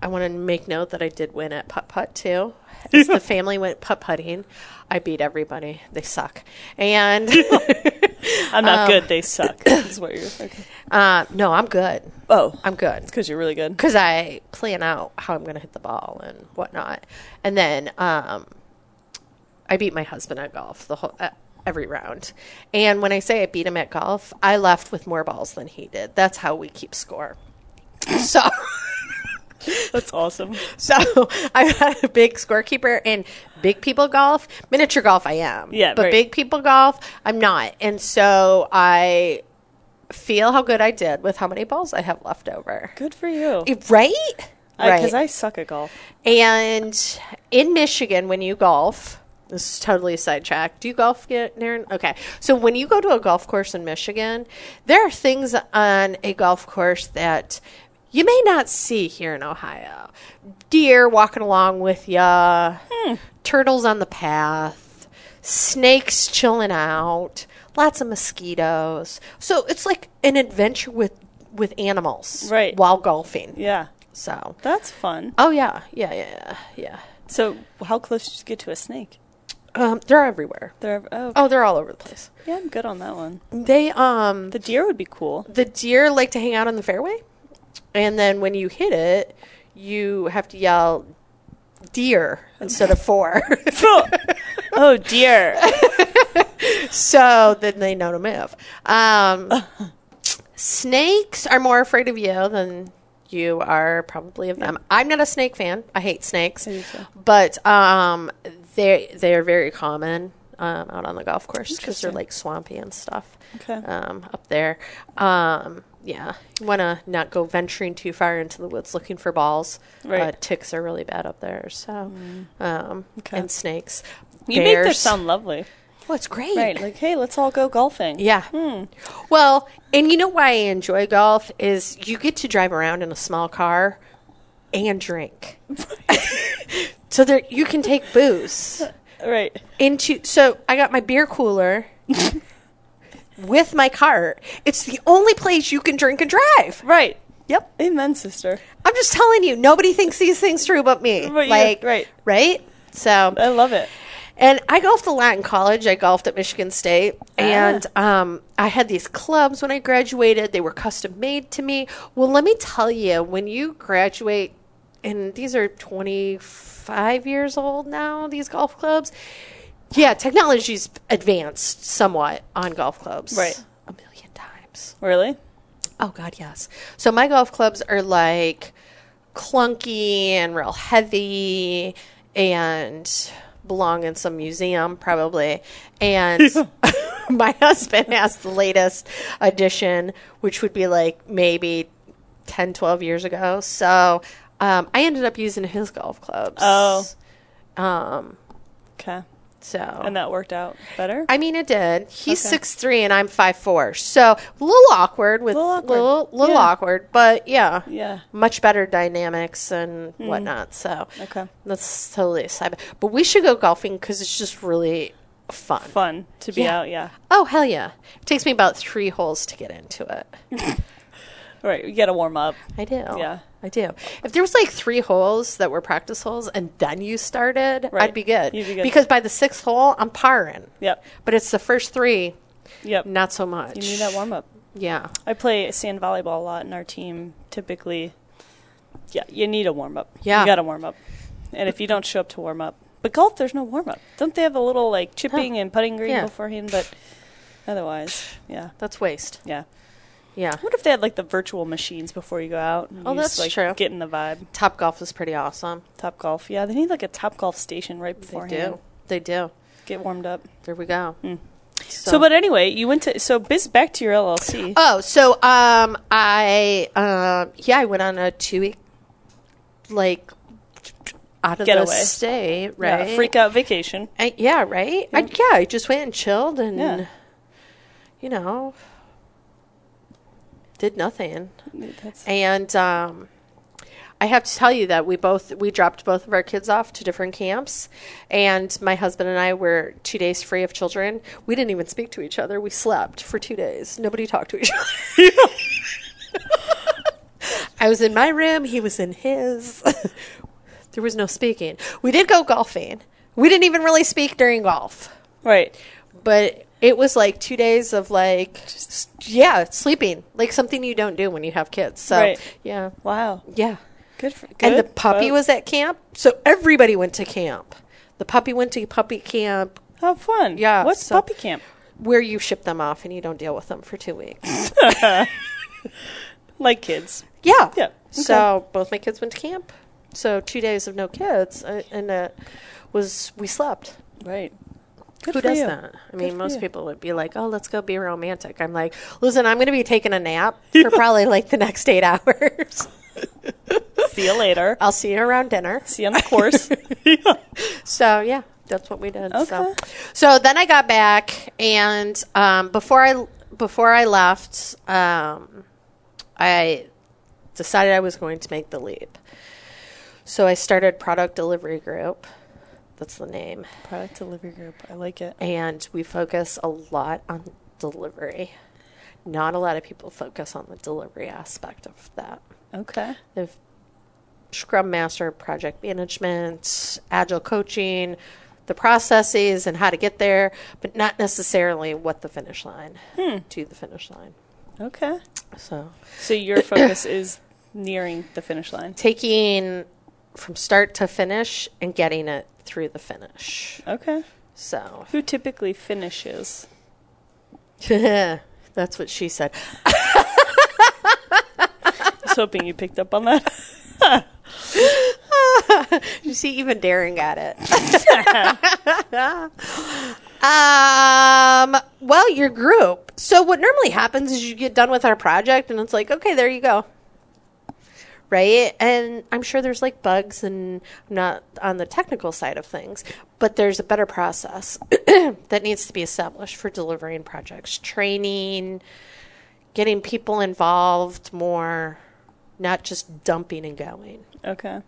Speaker 2: I want to make note that I did win at putt putt too. As the family went putt putting, I beat everybody. They suck. And
Speaker 3: I'm not good. They suck. is what you're. Okay.
Speaker 2: uh, no, I'm good.
Speaker 3: Oh,
Speaker 2: I'm good
Speaker 3: because you're really good.
Speaker 2: because I plan out how I'm going to hit the ball and whatnot. And then um, I beat my husband at golf the whole. Uh, Every round. And when I say I beat him at golf, I left with more balls than he did. That's how we keep score. So.
Speaker 3: That's awesome.
Speaker 2: So I had a big scorekeeper in big people golf, miniature golf. I am,
Speaker 3: Yeah,
Speaker 2: but
Speaker 3: right.
Speaker 2: big people golf, I'm not. And so I feel how good I did with how many balls I have left over.
Speaker 3: Good for you.
Speaker 2: Eh, Right,
Speaker 3: Because
Speaker 2: right.
Speaker 3: I suck at golf.
Speaker 2: and in Michigan, when you golf. This is totally a sidetrack. Do you golf yet, Naren? Okay. So when you go to a golf course in Michigan, there are things on a golf course that you may not see here in Ohio. Deer walking along with ya,
Speaker 3: Hmm.
Speaker 2: turtles on the path, snakes chilling out, lots of mosquitoes. So it's like an adventure with with animals
Speaker 3: Right.
Speaker 2: while golfing.
Speaker 3: Yeah.
Speaker 2: So
Speaker 3: That's fun.
Speaker 2: Oh yeah, yeah, yeah, yeah.
Speaker 3: So how close did you get to a snake?
Speaker 2: Um, they're everywhere.
Speaker 3: There. Oh, okay.
Speaker 2: Oh, they're all over the place.
Speaker 3: yeah, I'm good on that one.
Speaker 2: They um
Speaker 3: The deer would be cool.
Speaker 2: the deer like to hang out on the fairway, and then when you hit it, you have to yell deer instead of four,
Speaker 3: oh dear.
Speaker 2: so then they know to move. Um, snakes are more afraid of you than you are probably of them. I'm not a snake fan. I hate snakes,
Speaker 3: do too.
Speaker 2: but um, they they are very common. Um, out on the golf course because they're
Speaker 3: Interesting.
Speaker 2: like swampy and stuff.
Speaker 3: Okay.
Speaker 2: um, up there. Um, yeah, you want to not go venturing too far into the woods looking for balls.
Speaker 3: Right. Mm.
Speaker 2: Uh, ticks are really bad up there, so um,
Speaker 3: Okay.
Speaker 2: and snakes.
Speaker 3: You make this
Speaker 2: Bears.
Speaker 3: sound lovely.
Speaker 2: Well, it's great.
Speaker 3: Right. Like, hey, let's all go golfing.
Speaker 2: Yeah. Hmm. Well, and you know why I enjoy golf is you get to drive around in a small car and drink. so there you can take booze
Speaker 3: Right.
Speaker 2: into so I got my beer cooler with my cart. It's the only place you can drink and drive.
Speaker 3: Right. Yep. Amen, sister.
Speaker 2: I'm just telling you, nobody thinks these things through but me.
Speaker 3: But you-
Speaker 2: like,
Speaker 3: right.
Speaker 2: right? So,
Speaker 3: I love it.
Speaker 2: and I golfed a lot in college. I golfed at Michigan State, and um, I had these clubs when I graduated. They were custom made to me. Well, let me tell you, when you graduate, and these are 25 years old now, these golf clubs. Yeah, technology's advanced somewhat on golf clubs.
Speaker 3: Right.
Speaker 2: A million times.
Speaker 3: Really?
Speaker 2: Oh God, yes. So my golf clubs are like clunky and real heavy and belong in some museum probably. And my husband has the latest edition, which would be like maybe 10, 12 years ago. So um, I ended up using his golf clubs.
Speaker 3: Oh.
Speaker 2: Um,
Speaker 3: Okay.
Speaker 2: so
Speaker 3: And that worked out better.
Speaker 2: Oh. I mean, it did. He's
Speaker 3: Okay.
Speaker 2: six three and I'm five four, so a little awkward with
Speaker 3: Little
Speaker 2: little
Speaker 3: awkward.
Speaker 2: little,
Speaker 3: Yeah.
Speaker 2: awkward, but yeah,
Speaker 3: Yeah. Hmm.
Speaker 2: much better dynamics and whatnot. So
Speaker 3: Okay.
Speaker 2: that's totally a side. But we should go golfing because it's just really fun.
Speaker 3: Fun to be
Speaker 2: Yeah.
Speaker 3: out. Yeah.
Speaker 2: Oh hell yeah! It takes me about three holes to get into it.
Speaker 3: Right. You got to warm up.
Speaker 2: I do.
Speaker 3: Yeah.
Speaker 2: I do. If there was like three holes that were practice holes and then you started,
Speaker 3: Right.
Speaker 2: I'd be good.
Speaker 3: You'd be good.
Speaker 2: Because by the sixth hole, I'm parring.
Speaker 3: Yep.
Speaker 2: But it's the first three,
Speaker 3: Yep.
Speaker 2: not so much.
Speaker 3: you need that warm up.
Speaker 2: Yeah.
Speaker 3: I play sand volleyball a lot, and our team typically, yeah, you need a warm up.
Speaker 2: Yeah.
Speaker 3: you got to warm up, and if you don't show up to warm up, but golf, there's no warm up. Don't they have a little like chipping and putting green
Speaker 2: Yeah.
Speaker 3: beforehand? But otherwise, yeah,
Speaker 2: That's waste.
Speaker 3: yeah.
Speaker 2: Yeah.
Speaker 3: I wonder if they had like the virtual machines before you go out. And
Speaker 2: Oh,
Speaker 3: you just,
Speaker 2: that's
Speaker 3: like,
Speaker 2: true.
Speaker 3: Get in the vibe.
Speaker 2: Top golf is pretty awesome.
Speaker 3: Top golf, yeah, they need like a top golf station right
Speaker 2: They
Speaker 3: beforehand.
Speaker 2: do. They do.
Speaker 3: Get warmed up.
Speaker 2: There we go.
Speaker 3: Hmm. So, but anyway, you went to so biz back to your LLC.
Speaker 2: oh, so um, I um, yeah, I went on a two week like out of
Speaker 3: Getaway.
Speaker 2: the state,
Speaker 3: Yeah,
Speaker 2: right?
Speaker 3: freak out vacation.
Speaker 2: I, yeah, right. I, yeah, I just went and chilled and
Speaker 3: Yeah.
Speaker 2: you know did nothing.
Speaker 3: That's,
Speaker 2: And um, I have to tell you that we both we dropped both of our kids off to different camps, and my husband and I were two days free of children. We didn't even speak to each other. We slept for two days. Nobody talked to each other. I was in my room. He was in his. there was no speaking. We did go golfing. We didn't even really speak during golf
Speaker 3: right.
Speaker 2: but it was like two days of like s- yeah sleeping like something you don't do when you have kids so
Speaker 3: Right.
Speaker 2: yeah
Speaker 3: Wow.
Speaker 2: yeah
Speaker 3: Good. For, good.
Speaker 2: and the puppy
Speaker 3: Well,
Speaker 2: was at camp so everybody went to camp the puppy went to puppy camp
Speaker 3: How fun.
Speaker 2: Yeah,
Speaker 3: What's
Speaker 2: so-
Speaker 3: puppy camp?
Speaker 2: where you ship them off and you don't deal with them for two weeks
Speaker 3: Like kids.
Speaker 2: yeah
Speaker 3: Yeah, okay.
Speaker 2: so both my kids went to camp so two days of no kids uh, and it was we slept
Speaker 3: Right. Good
Speaker 2: Who
Speaker 3: for
Speaker 2: does
Speaker 3: you.
Speaker 2: that? I
Speaker 3: for
Speaker 2: mean, most
Speaker 3: you.
Speaker 2: people would be like, "Oh, let's go be romantic." I'm like, "Listen, I'm going to be taking a nap for probably like the next eight hours.
Speaker 3: See you later.
Speaker 2: I'll see you around dinner."
Speaker 3: See you on the course.
Speaker 2: So yeah, that's what we did. So,
Speaker 3: Okay.
Speaker 2: so then I got back, and um, before I before I left, um, I decided I was going to make the leap. So I started Product Delivery Group. That's the name,
Speaker 3: Product delivery group. I like it.
Speaker 2: and we focus a lot on delivery. Not a lot of people focus on the delivery aspect of that.
Speaker 3: Okay.
Speaker 2: They've Scrum Master, project management, agile coaching, the processes and how to get there, but not necessarily what the finish line to the finish line.
Speaker 3: Okay.
Speaker 2: So
Speaker 3: So your focus is nearing the finish line.
Speaker 2: taking from start to finish and getting it through the finish.
Speaker 3: Okay.
Speaker 2: So
Speaker 3: Who typically finishes?
Speaker 2: that's what she said.
Speaker 3: I was hoping you picked up on that.
Speaker 2: You see, even daring at it. um, well, your group. So, what normally happens is you get done with our project, and it's like, okay, there you go. Right? And I'm sure there's like bugs, and I'm not on the technical side of things, but there's a better process that needs to be established for delivering projects, training, getting people involved more, not just dumping and going.
Speaker 3: Okay.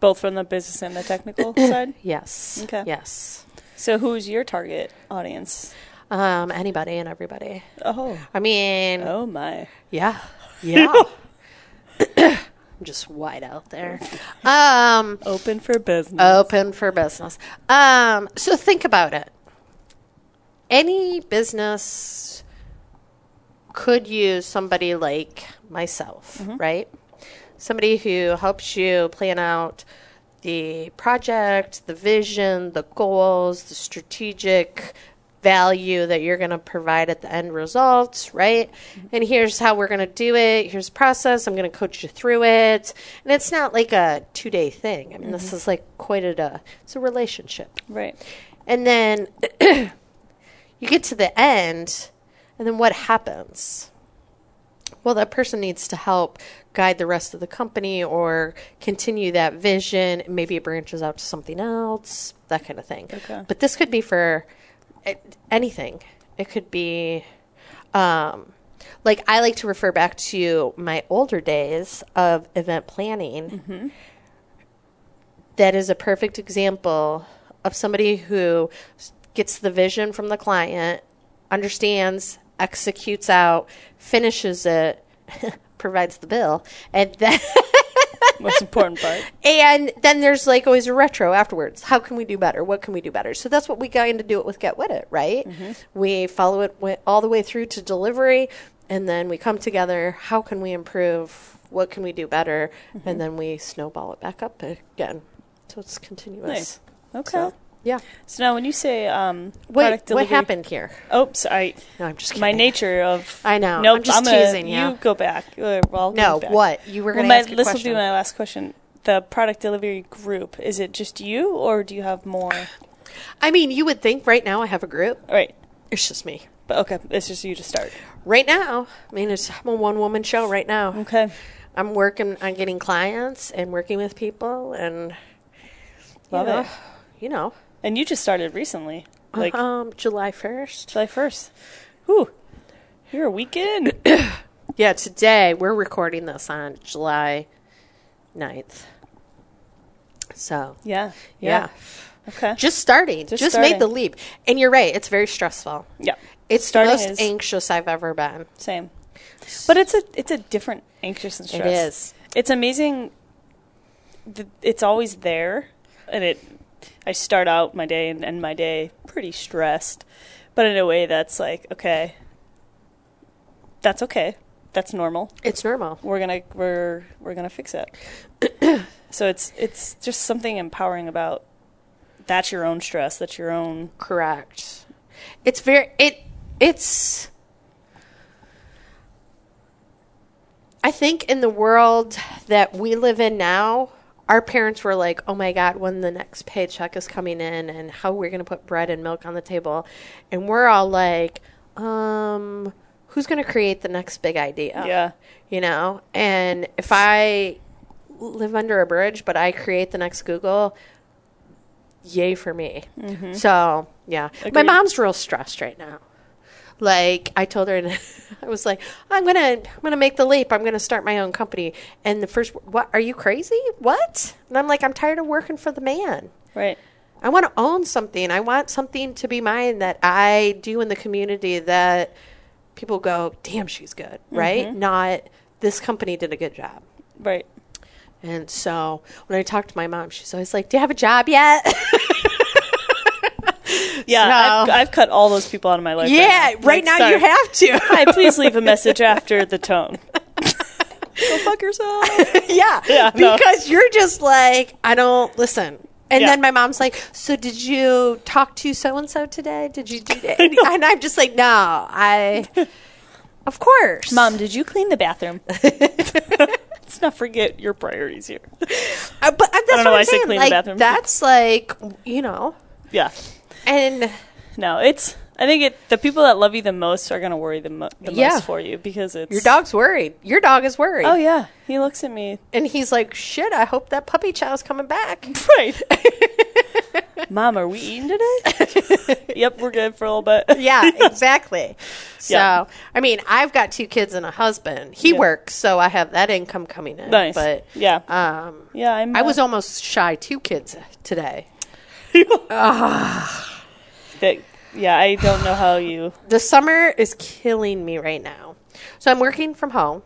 Speaker 3: Both from the business and the technical side.
Speaker 2: Yes.
Speaker 3: Okay.
Speaker 2: Yes.
Speaker 3: So who's your target audience?
Speaker 2: Um, anybody and everybody.
Speaker 3: Oh.
Speaker 2: I mean,
Speaker 3: Oh my.
Speaker 2: yeah, yeah. I'm just wide out there. Um,
Speaker 3: Open for business.
Speaker 2: open for business. Um, so think about it. Any business could use somebody like myself, right? Somebody who helps you plan out the project, the vision, the goals, the strategic value that you're going to provide at the end results, right? And here's how we're going to do it. Here's the process. I'm going to coach you through it. And it's not like a two day thing. I mean, this is like quite a, it's a relationship.
Speaker 3: Right.
Speaker 2: And then you get to the end, and then what happens? Well, that person needs to help guide the rest of the company or continue that vision. Maybe it branches out to something else, that kind of thing.
Speaker 3: Okay.
Speaker 2: But this could be for a- anything. It could be, um, like, I like to refer back to my older days of event planning that is a perfect example of somebody who s- gets the vision from the client, understands, executes out, finishes it, provides the bill, and then
Speaker 3: Most important part.
Speaker 2: and then there's like always a retro afterwards. How can we do better? What can we do better? So that's what we got into do it with Get With It, right? We follow it wi- all the way through to delivery, and then we come together. How can we improve? What can we do better? And then we snowball it back up again. So it's continuous.
Speaker 3: Nice. Okay.
Speaker 2: So,
Speaker 3: So,
Speaker 2: yeah.
Speaker 3: now when you say um
Speaker 2: Wait,
Speaker 3: product
Speaker 2: what
Speaker 3: delivery-
Speaker 2: happened here?
Speaker 3: Oops, I
Speaker 2: No, I'm just kidding.
Speaker 3: my nature of
Speaker 2: I know.
Speaker 3: Nope,
Speaker 2: I'm just
Speaker 3: gonna-
Speaker 2: teasing you.
Speaker 3: You go back. Uh, well, I'll go
Speaker 2: No,
Speaker 3: back.
Speaker 2: what? You were
Speaker 3: Well,
Speaker 2: gonna
Speaker 3: my-
Speaker 2: ask a
Speaker 3: this
Speaker 2: question.
Speaker 3: will be my last question. The product delivery group is it just you, or do you have more?
Speaker 2: I mean, you would think right now I have a group.
Speaker 3: All right,
Speaker 2: It's just me.
Speaker 3: but okay, it's just you to start.
Speaker 2: Right now, I mean, it's I'm a one woman show right now.
Speaker 3: Okay,
Speaker 2: I'm working on getting clients and working with people and you
Speaker 3: Love
Speaker 2: know,
Speaker 3: it.
Speaker 2: You know,
Speaker 3: and you just started recently, like
Speaker 2: um, July first.
Speaker 3: July first. Whew, you're a weekend.
Speaker 2: Yeah, today we're recording this on July 9th. So
Speaker 3: yeah,
Speaker 2: yeah,
Speaker 3: yeah, Okay,
Speaker 2: just starting, just,
Speaker 3: Just
Speaker 2: made the
Speaker 3: starting.
Speaker 2: leap. And you're right; it's very stressful.
Speaker 3: yeah.
Speaker 2: It's
Speaker 3: Starting
Speaker 2: the most
Speaker 3: is-
Speaker 2: anxious I've ever been.
Speaker 3: Same, but it's a it's a different anxious and stress.
Speaker 2: is.
Speaker 3: It's amazing. th- It's always there, and it. I start out my day and end my day pretty stressed, but in a way that's like okay. That's okay. That's normal.
Speaker 2: It's normal.
Speaker 3: We're gonna we're we're gonna fix it. so it's it's just something empowering about. That's your own stress. That's your own.
Speaker 2: Correct. It's very it it's I think in the world that we live in now, our parents were like, "Oh my god, when the next paycheck is coming in and how we're going to put bread and milk on the table." And we're all like, "Um, who's going to create the next big idea?"
Speaker 3: Yeah.
Speaker 2: You know? And if I live under a bridge, but I create the next Google, yay for me. So, yeah. My
Speaker 3: Agreed.
Speaker 2: mom's real stressed right now. Like I told her, and I was like, "I'm gonna, I'm gonna make the leap. I'm gonna start my own company." And the first, "What? Are you crazy? What?" And I'm like, "I'm tired of working for the man.
Speaker 3: Right.
Speaker 2: I want to own something. I want something to be mine that I do in the community that people Mm-hmm. go, damn, she's good, right? Not this company did a good job.
Speaker 3: Right.
Speaker 2: And so when I talked to my mom, she's always like, "Do you have a job yet?"
Speaker 3: Yeah, I've,
Speaker 2: So-
Speaker 3: I've cut all those people out of my life.
Speaker 2: yeah, right,
Speaker 3: Like,
Speaker 2: now
Speaker 3: sorry.
Speaker 2: you have to.
Speaker 3: Hi, please leave a message after the tone. Go fuck yourself.
Speaker 2: yeah,
Speaker 3: Yeah, no.
Speaker 2: because you're just like I don't listen. And
Speaker 3: Yeah.
Speaker 2: then my mom's like, "So did you talk to so and so today? Did you do?" that?" And, and I'm just like, "No, I." Of course,
Speaker 3: Mom, did you clean the bathroom? Let's not forget your priorities here.
Speaker 2: Uh, but uh, that's
Speaker 3: know
Speaker 2: what
Speaker 3: why I
Speaker 2: I'm
Speaker 3: said
Speaker 2: saying.
Speaker 3: clean the
Speaker 2: like,
Speaker 3: bathroom.
Speaker 2: That's like you know,
Speaker 3: Yeah.
Speaker 2: and
Speaker 3: No, it's. I think it. The people that love you the most are going to worry the, mo- the
Speaker 2: Yeah.
Speaker 3: most for you because it's
Speaker 2: your dog's worried. Your dog is worried,
Speaker 3: Oh yeah, he looks at me.
Speaker 2: and he's like, "Shit, I hope that puppy child's coming back."
Speaker 3: Right. Mom, are we eating today? yep, we're good for a little bit.
Speaker 2: yeah, exactly. So,
Speaker 3: Yeah.
Speaker 2: I mean, I've got two kids and a husband. He
Speaker 3: Yeah.
Speaker 2: works, so I have that income coming in.
Speaker 3: Nice.
Speaker 2: But
Speaker 3: yeah.
Speaker 2: um,
Speaker 3: yeah, I'm.
Speaker 2: I was
Speaker 3: uh,
Speaker 2: almost shy two kids today.
Speaker 3: Ah. that- yeah, I don't know how you.
Speaker 2: The summer is killing me right now. So I'm working from home,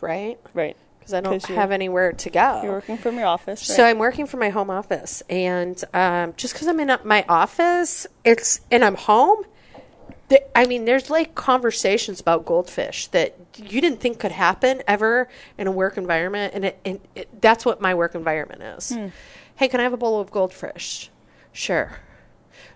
Speaker 2: right?
Speaker 3: Right.
Speaker 2: Because I don't
Speaker 3: 'Cause you're-
Speaker 2: have anywhere to go.
Speaker 3: You're working from your office.
Speaker 2: So
Speaker 3: right?
Speaker 2: I'm working from my home office, and um, just because I'm in uh, my office, it's and I'm home. th I mean, there's like conversations about goldfish that you didn't think could happen ever in a work environment, and, it, and it, that's what my work environment is.
Speaker 3: Hmm.
Speaker 2: Hey, can I have a bowl of goldfish? Sure.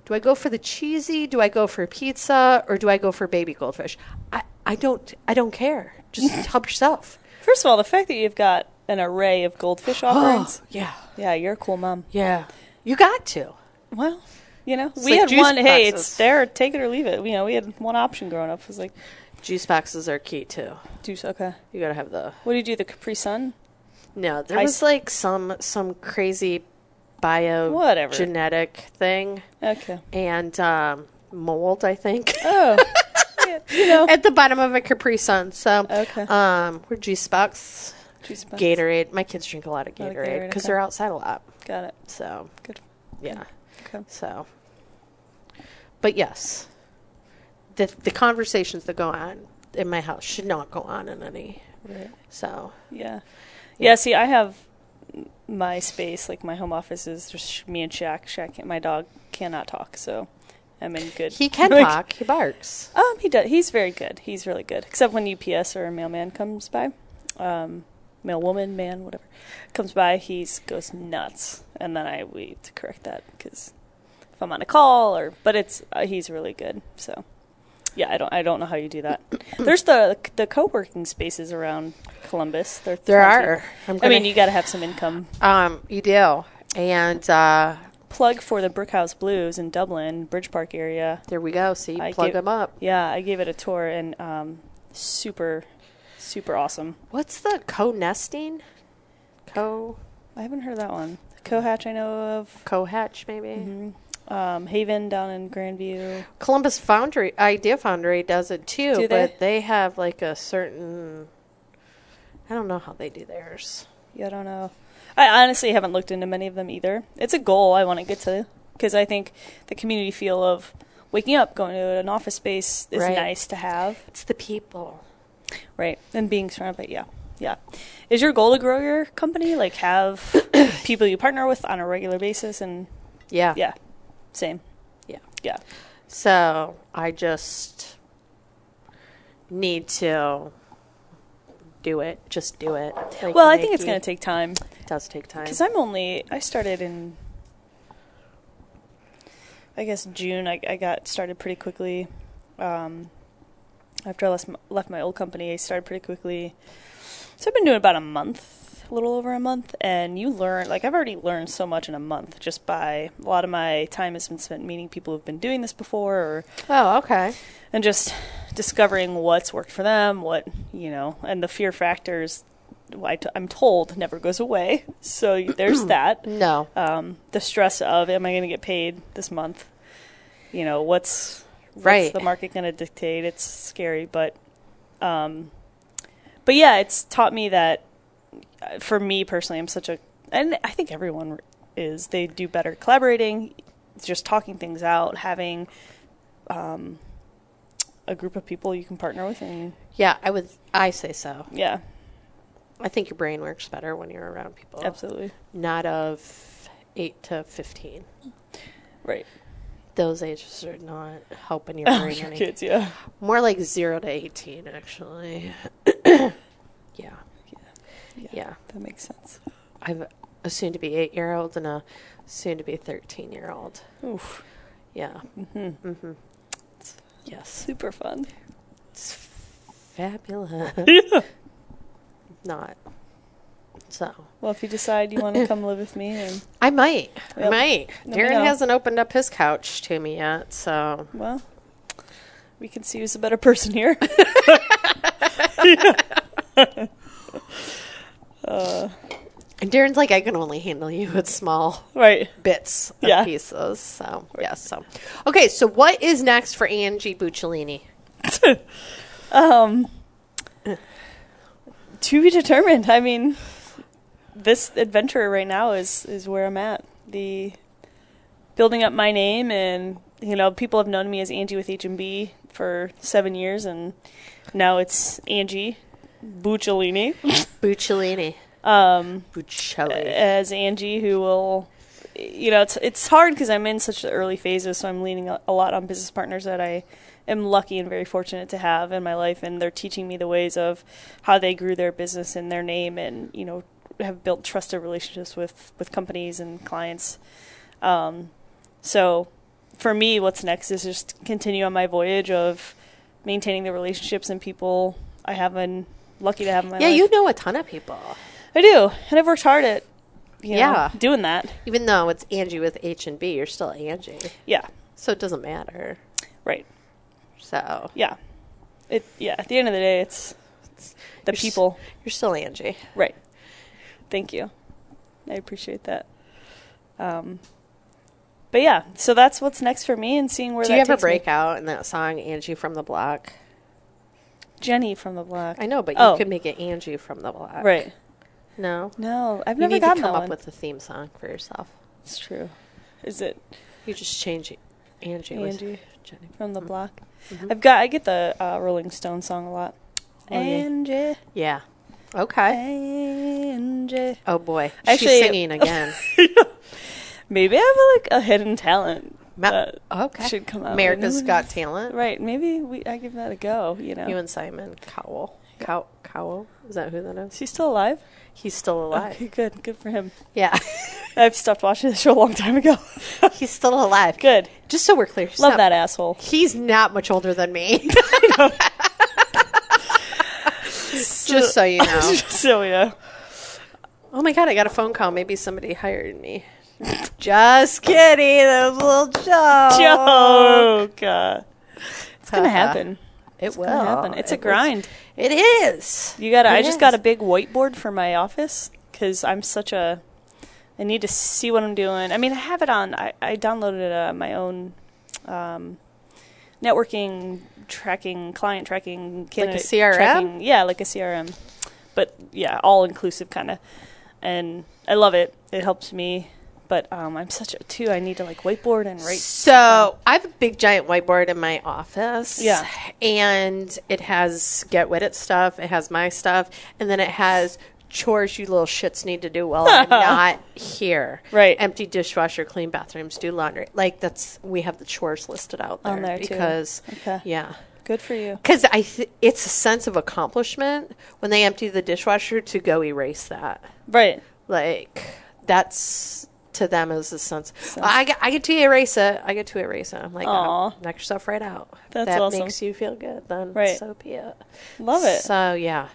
Speaker 2: Do I go for the cheesy? Do I go for pizza? Or do I go for baby goldfish? I, I don't I don't care. Just help yourself.
Speaker 3: First of all, the fact that you've got an array of goldfish offerings.
Speaker 2: Oh, yeah,
Speaker 3: yeah, you're a cool mom.
Speaker 2: yeah. You got to.
Speaker 3: Well, you know, we
Speaker 2: like
Speaker 3: had
Speaker 2: juice
Speaker 3: one. Hey, it's
Speaker 2: boxes.
Speaker 3: there. Take it or leave it. You know, we had one option growing up. It was like
Speaker 2: Juice boxes are key too.
Speaker 3: juice. Okay.
Speaker 2: You gotta have the
Speaker 3: What do you do? The Capri Sun.
Speaker 2: no. There
Speaker 3: I
Speaker 2: was
Speaker 3: s-
Speaker 2: like some some crazy bio
Speaker 3: Whatever.
Speaker 2: genetic thing
Speaker 3: Okay.
Speaker 2: and um, mold. I think
Speaker 3: Oh, yeah, you know,
Speaker 2: at the bottom of a Capri Sun. So
Speaker 3: Okay.
Speaker 2: um, we're juice box
Speaker 3: juice Uh, box.
Speaker 2: Gatorade. My kids drink a lot of
Speaker 3: lot of
Speaker 2: Gatorade
Speaker 3: Gatorade,
Speaker 2: because
Speaker 3: okay.
Speaker 2: they're outside a lot.
Speaker 3: Got it.
Speaker 2: So
Speaker 3: Good.
Speaker 2: yeah.
Speaker 3: Okay.
Speaker 2: So, but yes, the the conversations that go on in my house should not go on in any.
Speaker 3: Right.
Speaker 2: So
Speaker 3: Yeah. Yeah, see, I have my space, like my home office is just me and Shaq. Shaq, can't- my dog, cannot talk, so I'm in good.
Speaker 2: he can
Speaker 3: like-
Speaker 2: talk. He barks.
Speaker 3: Um, he does. He's very good. He's really good, except when UPS or a mailman comes by, um, mail woman, man, whatever, comes by, he goes nuts, and then I we have to correct that because if I'm on a call or, but it's uh, he's really good. So, yeah, I don't I don't know how you do that. There's the the co working spaces around Columbus. There
Speaker 2: There
Speaker 3: plenty.
Speaker 2: are. I'm
Speaker 3: I
Speaker 2: gonna-
Speaker 3: mean, you got to have some income.
Speaker 2: Um, you do. And uh,
Speaker 3: Plug for the Brickhouse Blues in Dublin, Bridge Park area.
Speaker 2: there we go. See,
Speaker 3: I
Speaker 2: plug
Speaker 3: give-
Speaker 2: them up.
Speaker 3: Yeah, I gave it a tour and um, super, super awesome.
Speaker 2: What's the co nesting? Co
Speaker 3: I haven't heard that one. Cohatch, I know of.
Speaker 2: co hatch maybe.
Speaker 3: Um, Haven down in Grandview.
Speaker 2: Columbus Foundry Idea Foundry does it too,
Speaker 3: Do they?
Speaker 2: but they have like a certain. I don't know how they do theirs.
Speaker 3: Yeah, I don't know. I honestly haven't looked into many of them either. It's a goal I want to get to because I think the community feel of waking up, going to an office space is
Speaker 2: Right.
Speaker 3: nice to have.
Speaker 2: It's the people.
Speaker 3: Right. And being surrounded by, yeah. Yeah. Is your goal to grow your company? Like have people you partner with on a regular basis? And
Speaker 2: Yeah.
Speaker 3: yeah, same.
Speaker 2: Yeah.
Speaker 3: Yeah.
Speaker 2: So I just need to do it. Just do it. Like
Speaker 3: Well, I think it's
Speaker 2: Nike.
Speaker 3: going to take time
Speaker 2: It does take time.
Speaker 3: because I'm only, I started in, I guess June. I, I got started pretty quickly. Um, after I left my, left my old company, I started pretty quickly. So I've been doing about a month, a little over a month, and you learn like I've already learned so much in a month just by a lot of my time has been spent meeting people who've been doing this before or
Speaker 2: Oh, okay.
Speaker 3: and just discovering what's worked for them, what you know, and the fear factors. i t- I'm told never goes away, so y- there's that.
Speaker 2: No.
Speaker 3: Um, the stress of am I going to get paid this month? You know, what's what's
Speaker 2: Right.
Speaker 3: the market going to dictate? It's scary, but um, but yeah, it's taught me that uh, for me personally, I'm such a and I think everyone is they do better collaborating, just talking things out, having um, a group of people you can partner with, and
Speaker 2: Yeah, I would. I say so.
Speaker 3: yeah,
Speaker 2: I think your brain works better when you're around people.
Speaker 3: Absolutely.
Speaker 2: Not of 8 to 15.
Speaker 3: Right.
Speaker 2: Those ages are not helping your
Speaker 3: Oh,
Speaker 2: brain
Speaker 3: your
Speaker 2: any.
Speaker 3: kids, yeah.
Speaker 2: More like 0 to 18, actually. yeah.
Speaker 3: Yeah.
Speaker 2: Yeah.
Speaker 3: That makes sense.
Speaker 2: I have a soon to be 8 year old and a soon to be 13 year old.
Speaker 3: Oof.
Speaker 2: Yeah. Mm-hmm. mm-hmm. Yes.
Speaker 3: Super fun.
Speaker 2: It's fabulous.
Speaker 3: Yeah.
Speaker 2: not. So.
Speaker 3: Well, if you decide you want to come live with me, then,
Speaker 2: I might. I
Speaker 3: Yep.
Speaker 2: might.
Speaker 3: Let me
Speaker 2: Darren
Speaker 3: know.
Speaker 2: hasn't opened up his couch to me yet, so
Speaker 3: well, we can see who's a better person here. uh,
Speaker 2: and Darren's like, I can only handle you with small
Speaker 3: right.
Speaker 2: bits of
Speaker 3: Yeah.
Speaker 2: pieces. So yes. So okay. So what is next for Angie Buccellini?
Speaker 3: Um, to be determined. I mean, this adventure right now is is where I'm at. The building up my name, and you know, people have known me as Angie with H and B for seven years, and now it's Angie Buccellini
Speaker 2: Buccellini.
Speaker 3: um,
Speaker 2: Buccelli.
Speaker 3: as Angie, who will. You know, it's it's hard because I'm in such the early phases, so I'm leaning a a lot on business partners that I am lucky and very fortunate to have in my life, and they're teaching me the ways of how they grew their business and their name, and you know, have built trusted relationships with with companies and clients. Um, so, for me, what's next is just continue on my voyage of maintaining the relationships and people I have been lucky to have in my
Speaker 2: Yeah,
Speaker 3: life.
Speaker 2: you know a ton of people,
Speaker 3: I do, and I've worked hard at you know,
Speaker 2: Yeah.
Speaker 3: doing that.
Speaker 2: even though it's Angie with H and B. You're still Angie,
Speaker 3: Yeah,
Speaker 2: so it doesn't matter.
Speaker 3: right.
Speaker 2: So
Speaker 3: Yeah, it. Yeah, at the end of the day, it's, it's the
Speaker 2: You're s-
Speaker 3: people.
Speaker 2: you're still Angie.
Speaker 3: Right. Thank you. I appreciate that. Um, but yeah, so that's what's next for me, and seeing where
Speaker 2: Do
Speaker 3: that
Speaker 2: you ever
Speaker 3: takes me.
Speaker 2: break out in that song Angie from the Block?
Speaker 3: Jenny from the block.
Speaker 2: I know, but you
Speaker 3: Oh.
Speaker 2: could make it Angie from the Block,
Speaker 3: Right.
Speaker 2: No,
Speaker 3: No, I've
Speaker 2: you
Speaker 3: never
Speaker 2: need
Speaker 3: gotten
Speaker 2: to come
Speaker 3: that
Speaker 2: up
Speaker 3: one.
Speaker 2: with a theme song for yourself.
Speaker 3: It's true. Is it
Speaker 2: You just change it. Mm-hmm. Angie. with
Speaker 3: Angie.
Speaker 2: Jenny.
Speaker 3: from the block? I've got. I get the uh, Rolling Stone song a lot.
Speaker 2: Oh, yeah.
Speaker 3: Angie,
Speaker 2: Yeah. Okay.
Speaker 3: Angie.
Speaker 2: Oh boy.
Speaker 3: Actually-
Speaker 2: She's uh, singing again.
Speaker 3: Maybe I have like a hidden talent.
Speaker 2: Ma-
Speaker 3: that
Speaker 2: okay.
Speaker 3: should come out.
Speaker 2: America's
Speaker 3: Like,
Speaker 2: Got Talent.
Speaker 3: Right. Maybe we. I give that a go. You know.
Speaker 2: You and Simon Cowell. Cow- Cowell? Is that who that is?
Speaker 3: Is he still alive?
Speaker 2: He's still alive.
Speaker 3: Okay, good. Good for him.
Speaker 2: Yeah.
Speaker 3: I've stopped watching the show a long time ago.
Speaker 2: he's still alive.
Speaker 3: good.
Speaker 2: Just so we're clear. he's
Speaker 3: Love
Speaker 2: not-
Speaker 3: that asshole.
Speaker 2: He's not much older than me. Just so you know.
Speaker 3: so yeah.
Speaker 2: Oh my god, I got a phone call. Maybe somebody hired me. Just kidding. That was a little joke. Oh.
Speaker 3: Joke. Uh, it's gonna happen.
Speaker 2: It will
Speaker 3: It's gonna happen. It's a
Speaker 2: Uh-huh. It was-
Speaker 3: grind.
Speaker 2: It is.
Speaker 3: You gotta.
Speaker 2: It
Speaker 3: I just got a
Speaker 2: is.
Speaker 3: big whiteboard for my office because I'm such a. I need to see what I'm doing. I mean, I have it on. I, I downloaded uh, my own um, networking tracking, client tracking, candidate
Speaker 2: CRM?
Speaker 3: Tracking. Yeah, like a CRM, but yeah, all inclusive kind of. And I love it. It helps me. But um, I'm such a too. I need to like whiteboard and write.
Speaker 2: So I have a big giant whiteboard in my office.
Speaker 3: Yeah.
Speaker 2: And it has get with it stuff, it has my stuff, and then it has chores you little shits need to do while I'm not here.
Speaker 3: Right.
Speaker 2: Empty dishwasher, clean bathrooms, do laundry. Like that's we have the chores listed out there,
Speaker 3: On there, too.
Speaker 2: because
Speaker 3: Okay.
Speaker 2: yeah.
Speaker 3: Good for you.
Speaker 2: Because I, th- it's a sense of accomplishment when they empty the dishwasher to go erase that.
Speaker 3: Right.
Speaker 2: Like that's to them is a sense. I get, I get to erase it. I get to erase it. I'm like, oh,
Speaker 3: Aw.
Speaker 2: knock yourself right out.
Speaker 3: That's
Speaker 2: that
Speaker 3: awesome.
Speaker 2: makes you feel good. Then
Speaker 3: Right.
Speaker 2: so be it.
Speaker 3: Love it.
Speaker 2: So yeah,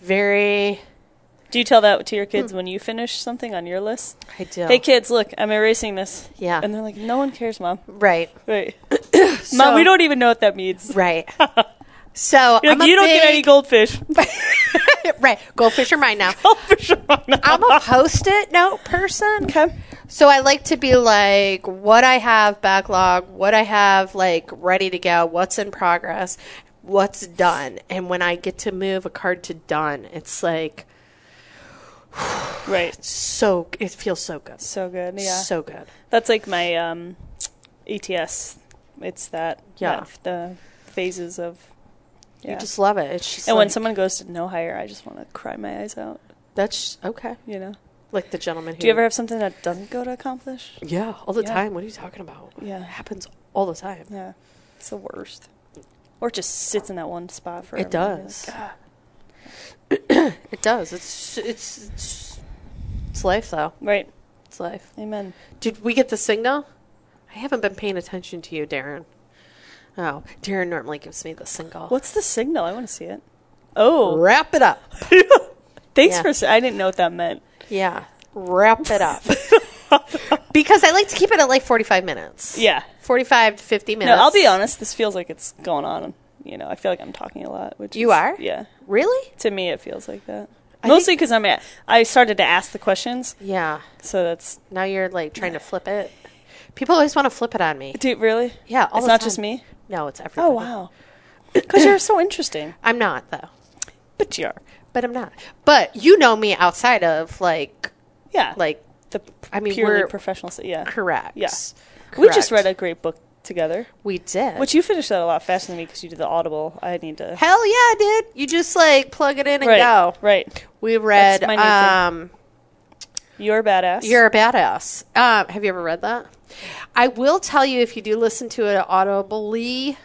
Speaker 2: very.
Speaker 3: Do you tell that to your kids when you finish something on your list?
Speaker 2: I do.
Speaker 3: Hey kids, look, I'm erasing this.
Speaker 2: Yeah.
Speaker 3: And they're like, no one cares, mom.
Speaker 2: right.
Speaker 3: Right. mom, we don't even know what that means.
Speaker 2: Right. So
Speaker 3: You're
Speaker 2: I'm
Speaker 3: like,
Speaker 2: a
Speaker 3: you don't get any
Speaker 2: big,
Speaker 3: goldfish.
Speaker 2: right. Goldfish are mine now.
Speaker 3: goldfish are mine now.
Speaker 2: I'm a post-it note person.
Speaker 3: Okay.
Speaker 2: So I like to be like what I have backlog, what I have like ready to go, what's in progress, what's done. And when I get to move a card to done, it's like
Speaker 3: Right.
Speaker 2: so it feels so good.
Speaker 3: So good. Yeah.
Speaker 2: So good.
Speaker 3: That's like my um, ETS. It's that.
Speaker 2: Yeah.
Speaker 3: that- the phases of Yeah.
Speaker 2: You just love it. It's just
Speaker 3: and when
Speaker 2: like-
Speaker 3: someone goes to no higher, I just want to cry my eyes out.
Speaker 2: that's okay.
Speaker 3: You know.
Speaker 2: Like the gentleman. Who,
Speaker 3: Do you ever have something that doesn't go to accomplish?
Speaker 2: Yeah, all the
Speaker 3: Yeah.
Speaker 2: time. What are you talking about?
Speaker 3: Yeah.
Speaker 2: it happens all the time.
Speaker 3: Yeah, it's the worst. Or it just sits in that one spot for.
Speaker 2: It does. It does. It's it's it's, it's life though.
Speaker 3: Right.
Speaker 2: It's life.
Speaker 3: Amen.
Speaker 2: Did we get the signal? I haven't been paying attention to you, Darren. Oh, Darren normally gives me the signal.
Speaker 3: What's the signal? I want to see it. Oh,
Speaker 2: Wrap it up.
Speaker 3: thanks
Speaker 2: Yeah.
Speaker 3: for. s- I didn't know what that meant.
Speaker 2: Yeah, wrap it up. because I like to keep it at like forty-five minutes.
Speaker 3: Yeah.
Speaker 2: forty-five to fifty
Speaker 3: No,
Speaker 2: minutes.
Speaker 3: I'll be honest. This feels like it's going on. You know, I feel like I'm talking a lot. Which
Speaker 2: You
Speaker 3: is-
Speaker 2: are?
Speaker 3: Yeah.
Speaker 2: Really?
Speaker 3: To me, it feels like that.
Speaker 2: I
Speaker 3: Mostly because I'm at. I started to ask the questions,
Speaker 2: Yeah.
Speaker 3: so that's
Speaker 2: Now you're like trying to flip it. People always want to flip it on me.
Speaker 3: dude. Really?
Speaker 2: Yeah, all
Speaker 3: it's
Speaker 2: the
Speaker 3: not
Speaker 2: time.
Speaker 3: just me.
Speaker 2: No, it's everybody.
Speaker 3: Oh wow. Because you're so interesting,
Speaker 2: I'm not though.
Speaker 3: but you are.
Speaker 2: But I'm not. But you know me outside of like
Speaker 3: Yeah.
Speaker 2: like
Speaker 3: the.
Speaker 2: I mean,
Speaker 3: purely
Speaker 2: we're-
Speaker 3: professional. s- Yeah.
Speaker 2: correct.
Speaker 3: Yeah. We
Speaker 2: Correct.
Speaker 3: just read a great book together.
Speaker 2: We did.
Speaker 3: Which you finished that a lot faster than me because you did the audible. I need to
Speaker 2: Hell yeah, dude. You just like plug it in and
Speaker 3: right,
Speaker 2: go.
Speaker 3: right.
Speaker 2: We read
Speaker 3: That's my new
Speaker 2: um
Speaker 3: You're a badass.
Speaker 2: You're a Badass. Um, have you ever read that? I will tell you if you do listen to it audibly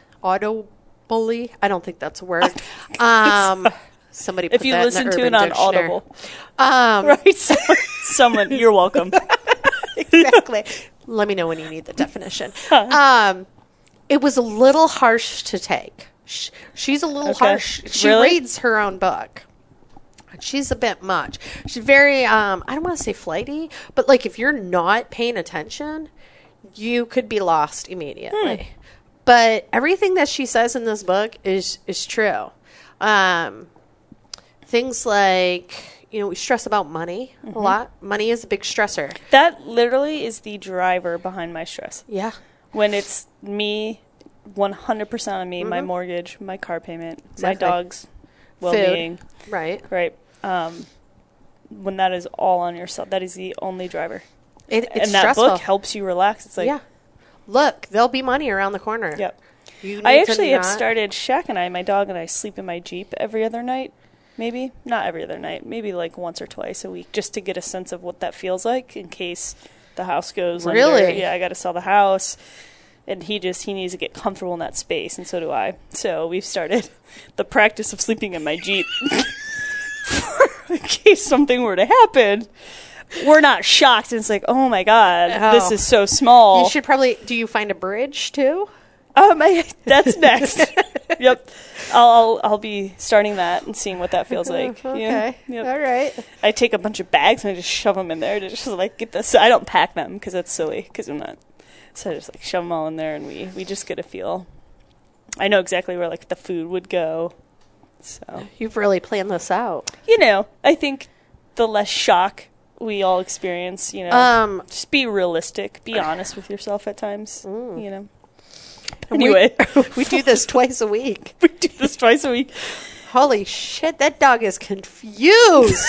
Speaker 2: audibly. I don't think that's a word. Um somebody put
Speaker 3: if you
Speaker 2: that in the
Speaker 3: listen to it
Speaker 2: Urban
Speaker 3: on
Speaker 2: Dictionary.
Speaker 3: Audible,
Speaker 2: Um
Speaker 3: right? So- Someone, you're welcome.
Speaker 2: exactly. Let me know when you need the definition. Um, it was a little harsh to take. Sh she's a little
Speaker 3: Okay.
Speaker 2: harsh. She
Speaker 3: Really?
Speaker 2: reads her own book. She's a bit much. She's very, um, I don't want to say flighty, but like if you're not paying attention, you could be lost immediately.
Speaker 3: Hmm.
Speaker 2: But everything that she says in this book is is true. Um, things like you know we stress about money
Speaker 3: Mm-hmm.
Speaker 2: a lot. Money is a big stressor.
Speaker 3: that literally is the driver behind my stress.
Speaker 2: Yeah.
Speaker 3: When it's me, 100% on me, my mortgage, my car payment,
Speaker 2: Mm-hmm. Exactly.
Speaker 3: my dog's well-being,
Speaker 2: Right.
Speaker 3: right? Um, when that is all on yourself, that is the only driver.
Speaker 2: It, it's
Speaker 3: and that
Speaker 2: stressful.
Speaker 3: book helps you relax. It's like,
Speaker 2: yeah. Look, there'll be money around the corner.
Speaker 3: yep.
Speaker 2: You need
Speaker 3: I
Speaker 2: to
Speaker 3: actually have
Speaker 2: not-
Speaker 3: started Shaq and I, my dog and I sleep in my Jeep every other night. Maybe not every other night, maybe like once or twice a week just to get a sense of what that feels like in case the house goes under.
Speaker 2: Really?
Speaker 3: Yeah, I got to sell the house. And he just he needs to get comfortable in that space and so do I. So we've started the practice of sleeping in my Jeep. in case something were to happen, we're not shocked. It's like, "Oh my god, this
Speaker 2: Oh.
Speaker 3: is so small."
Speaker 2: You should probably. Do you find a bridge too?
Speaker 3: Um, I, that's next. yep, I'll, I'll I'll be starting that and seeing what that feels like. Yeah.
Speaker 2: Okay.
Speaker 3: Yep.
Speaker 2: All right.
Speaker 3: I take a bunch of bags and I just shove them in there to just like get this. I don't pack them because that's silly. Because I'm not. So I just like shove them all in there and we we just get a feel. I know exactly where like the food would go. So
Speaker 2: You've really planned this out.
Speaker 3: you know, I think the less shock we all experience, you know,
Speaker 2: Um,
Speaker 3: just be realistic, be honest with yourself at times. You know.
Speaker 2: Mm. we-
Speaker 3: Anyway.
Speaker 2: we do this twice a week.
Speaker 3: we do this twice a week.
Speaker 2: Holy shit! That dog is confused.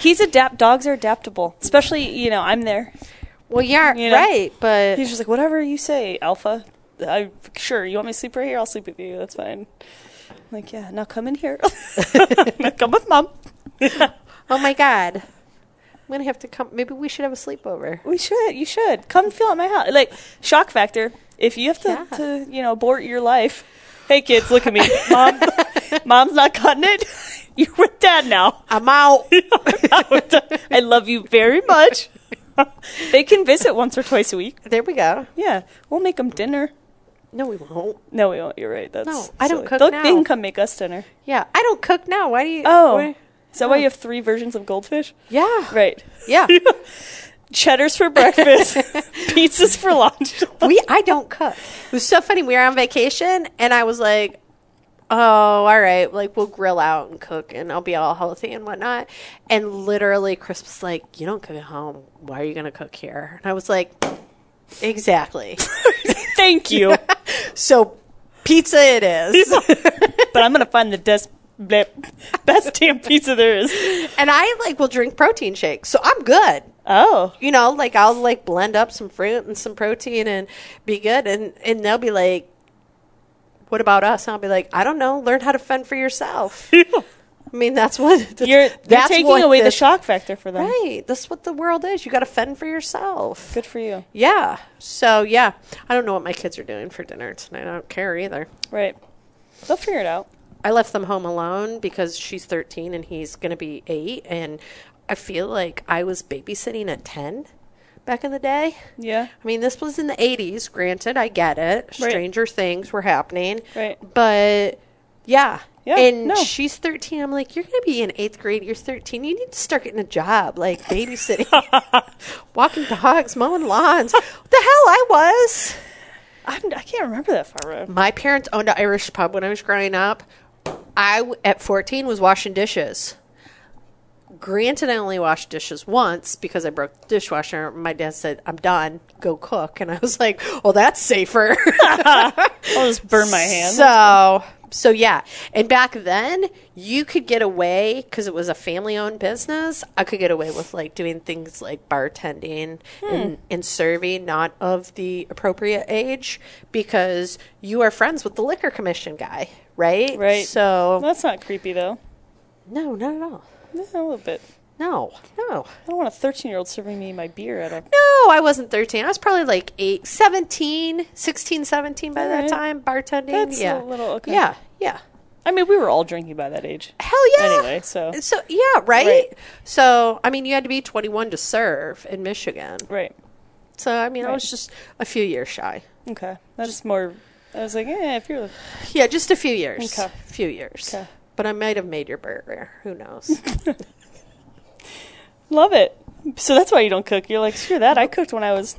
Speaker 3: He's adapt. Dogs are adaptable, especially you know. I'm there.
Speaker 2: well, yeah,
Speaker 3: You know?
Speaker 2: right, but
Speaker 3: He's just like whatever you say, Alpha. I sure you want me to sleep right here. I'll sleep with you. That's fine. I'm like yeah, now come in here. now come with mom.
Speaker 2: oh my god, I'm gonna have to come. Maybe we should have a sleepover.
Speaker 3: We should. You should come feel at my house. Like shock factor. If you have to,
Speaker 2: Yeah.
Speaker 3: to you know abort your life. Hey kids, look at me. Mom, mom's not cutting it. You're with dad now.
Speaker 2: I'm out.
Speaker 3: I love you very much. they can visit once or twice a week.
Speaker 2: there we go.
Speaker 3: Yeah, we'll make them dinner.
Speaker 2: No, we won't.
Speaker 3: No, we won't. You're right. That's
Speaker 2: No, I don't
Speaker 3: silly.
Speaker 2: cook
Speaker 3: They'll-
Speaker 2: now.
Speaker 3: They can come make us dinner.
Speaker 2: Yeah, I don't cook now. Why do you?
Speaker 3: Oh,
Speaker 2: why-
Speaker 3: is that why you have three versions of goldfish?
Speaker 2: yeah,
Speaker 3: Right.
Speaker 2: yeah.
Speaker 3: Cheddar's for breakfast, pizzas for lunch.
Speaker 2: we I don't cook. It was so funny. We were on vacation, and I was like, "Oh, all right, like we'll grill out and cook, and I'll be all healthy and whatnot." And literally, Chris was like, "You don't cook at home. Why are you going to cook here?" And I was like, "Exactly."
Speaker 3: Thank you. but
Speaker 2: so, pizza it is.
Speaker 3: I'm gonna find the des- bleh, best damn pizza there is.
Speaker 2: and I like will drink protein shakes, so I'm good.
Speaker 3: Oh,
Speaker 2: you know, like I'll like blend up some fruit and some protein and be good, and and they'll be like, What about us? And I'll be like, I don't know. Learn how to fend for yourself. I mean, that's what that's,
Speaker 3: You're, you're
Speaker 2: that's
Speaker 3: taking
Speaker 2: what
Speaker 3: away the
Speaker 2: this-
Speaker 3: shock factor for them.
Speaker 2: Right. That's what the world is. You got to fend for yourself.
Speaker 3: Good for you.
Speaker 2: Yeah. So yeah, I don't know what my kids are doing for dinner tonight. I don't care either.
Speaker 3: Right. They'll figure it out.
Speaker 2: I left them home alone because she's 13 and he's going to be 8 and I feel like I was babysitting at 10 back in the day.
Speaker 3: Yeah.
Speaker 2: I mean, this was in the 80s, granted, I get it.
Speaker 3: Right.
Speaker 2: Stranger things were happening.
Speaker 3: Right.
Speaker 2: But yeah.
Speaker 3: Yeah,
Speaker 2: and
Speaker 3: no.
Speaker 2: she's 13. I'm like, you're going to be in 8th grade, you're 13. You need to start getting a job like babysitting, walking dogs, mowing lawns. What the hell I was?
Speaker 3: I'm, I can't remember that far. Road.
Speaker 2: My parents owned an Irish pub when I was growing up. I, w- at 14, was washing dishes. Granted, I only washed dishes once because I broke the dishwasher. My dad said, I'm done, go cook. And I was like, well, that's safer.
Speaker 3: I'll just burn my hand.
Speaker 2: so, so yeah. And back then, you could get away because it was a family owned business. I could get away with like doing things like bartending and,
Speaker 3: Hmm.
Speaker 2: and serving, not of the appropriate age, because you are friends with the liquor commission guy, right?
Speaker 3: Right.
Speaker 2: So,
Speaker 3: That's not creepy though.
Speaker 2: no, not at all.
Speaker 3: Yeah, a little bit.
Speaker 2: No, no.
Speaker 3: I don't want a 13 year old serving me my beer at a.
Speaker 2: No, I wasn't 13. I was probably like 8, 17, 16, 17 by that
Speaker 3: Alright.
Speaker 2: time, bartending.
Speaker 3: That's a
Speaker 2: yeah.
Speaker 3: little- okay.
Speaker 2: Yeah, yeah.
Speaker 3: I mean, we were all drinking by that age.
Speaker 2: Hell yeah.
Speaker 3: Anyway, so-
Speaker 2: So, yeah, right?
Speaker 3: Right.
Speaker 2: So, I mean, you had to be 21 to serve in Michigan.
Speaker 3: Right.
Speaker 2: So, I mean, I
Speaker 3: Right.
Speaker 2: was just a few years shy.
Speaker 3: Okay. That's just more. I was like, eh, if you're.
Speaker 2: Yeah, just a few years.
Speaker 3: Okay.
Speaker 2: few years.
Speaker 3: Okay.
Speaker 2: But I might have made your burger. Who knows?
Speaker 3: Love it. So that's why you don't cook. You're like, screw that. I cooked when I was.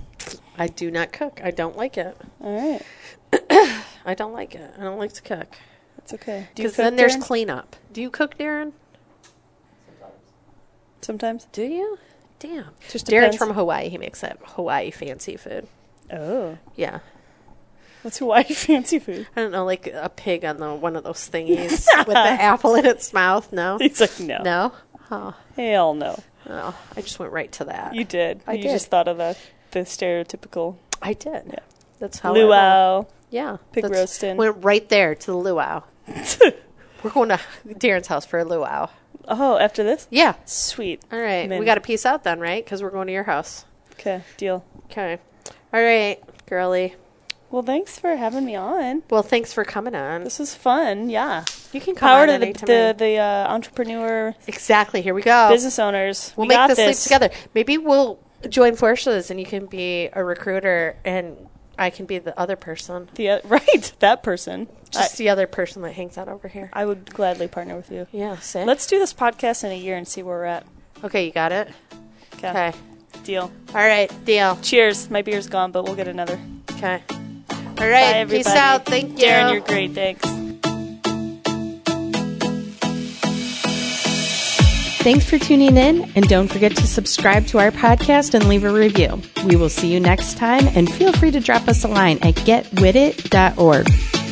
Speaker 2: I do not cook. I don't like it.
Speaker 3: All right.
Speaker 2: I don't like it. I don't like to cook.
Speaker 3: It's okay. Do you
Speaker 2: Because
Speaker 3: cook,
Speaker 2: then there's
Speaker 3: Darren?
Speaker 2: cleanup. Do you cook, Darren?
Speaker 4: Sometimes.
Speaker 3: Sometimes.
Speaker 2: Do you? Damn.
Speaker 3: Just
Speaker 2: Darren's
Speaker 3: depends.
Speaker 2: from Hawaii. He makes that Hawaii fancy food.
Speaker 3: Oh.
Speaker 2: Yeah.
Speaker 3: What's Hawaii fancy food?
Speaker 2: I don't know, like a pig on the one of those thingies with the apple in its mouth. No.
Speaker 3: He's like, no.
Speaker 2: No. Oh,
Speaker 3: Hell no.
Speaker 2: oh, I just went right to that.
Speaker 3: You did.
Speaker 2: I
Speaker 3: you
Speaker 2: did.
Speaker 3: just thought of the, the stereotypical
Speaker 2: I did.
Speaker 3: Yeah.
Speaker 2: That's how. I went.
Speaker 3: luau.
Speaker 2: yeah.
Speaker 3: pig
Speaker 2: that's-
Speaker 3: roastin'.
Speaker 2: Went right there to the luau. We're going to Darren's house for a luau.
Speaker 3: Oh, after this?
Speaker 2: Yeah.
Speaker 3: Sweet.
Speaker 2: All right.
Speaker 3: Min.
Speaker 2: We got to peace out then, right? Because we're going to your house.
Speaker 3: Okay, deal.
Speaker 2: Okay. All right, girly.
Speaker 3: Well, thanks for having me on.
Speaker 2: Well, thanks for coming on.
Speaker 3: This was fun. Yeah.
Speaker 2: You can come
Speaker 3: Power
Speaker 2: on
Speaker 3: to the
Speaker 2: anytime.
Speaker 3: the, the uh, entrepreneur
Speaker 2: exactly. Here we go.
Speaker 3: business owners.
Speaker 2: Oh, We'll
Speaker 3: we got
Speaker 2: make this,
Speaker 3: this
Speaker 2: sleep together. Maybe we'll join forces and you can be a recruiter and I can be the other person.
Speaker 3: The, uh, right, that person.
Speaker 2: Just the other person that hangs out over here.
Speaker 3: I, I would gladly partner with you.
Speaker 2: Yeah, see?
Speaker 3: Let's do this podcast in a year and see where we're at.
Speaker 2: okay, you got it? Okay.
Speaker 3: Deal.
Speaker 2: All right, deal.
Speaker 3: Cheers. My beer's gone, but we'll get another.
Speaker 2: Okay. All
Speaker 3: Bye,
Speaker 2: right,
Speaker 3: everybody.
Speaker 2: peace out. Thank you.
Speaker 3: Darren, you're great. Thanks.
Speaker 1: Thanks for tuning in, and don't forget to subscribe to our podcast and leave a review. We will see you next time, and feel free to drop us a line at getwithit.org.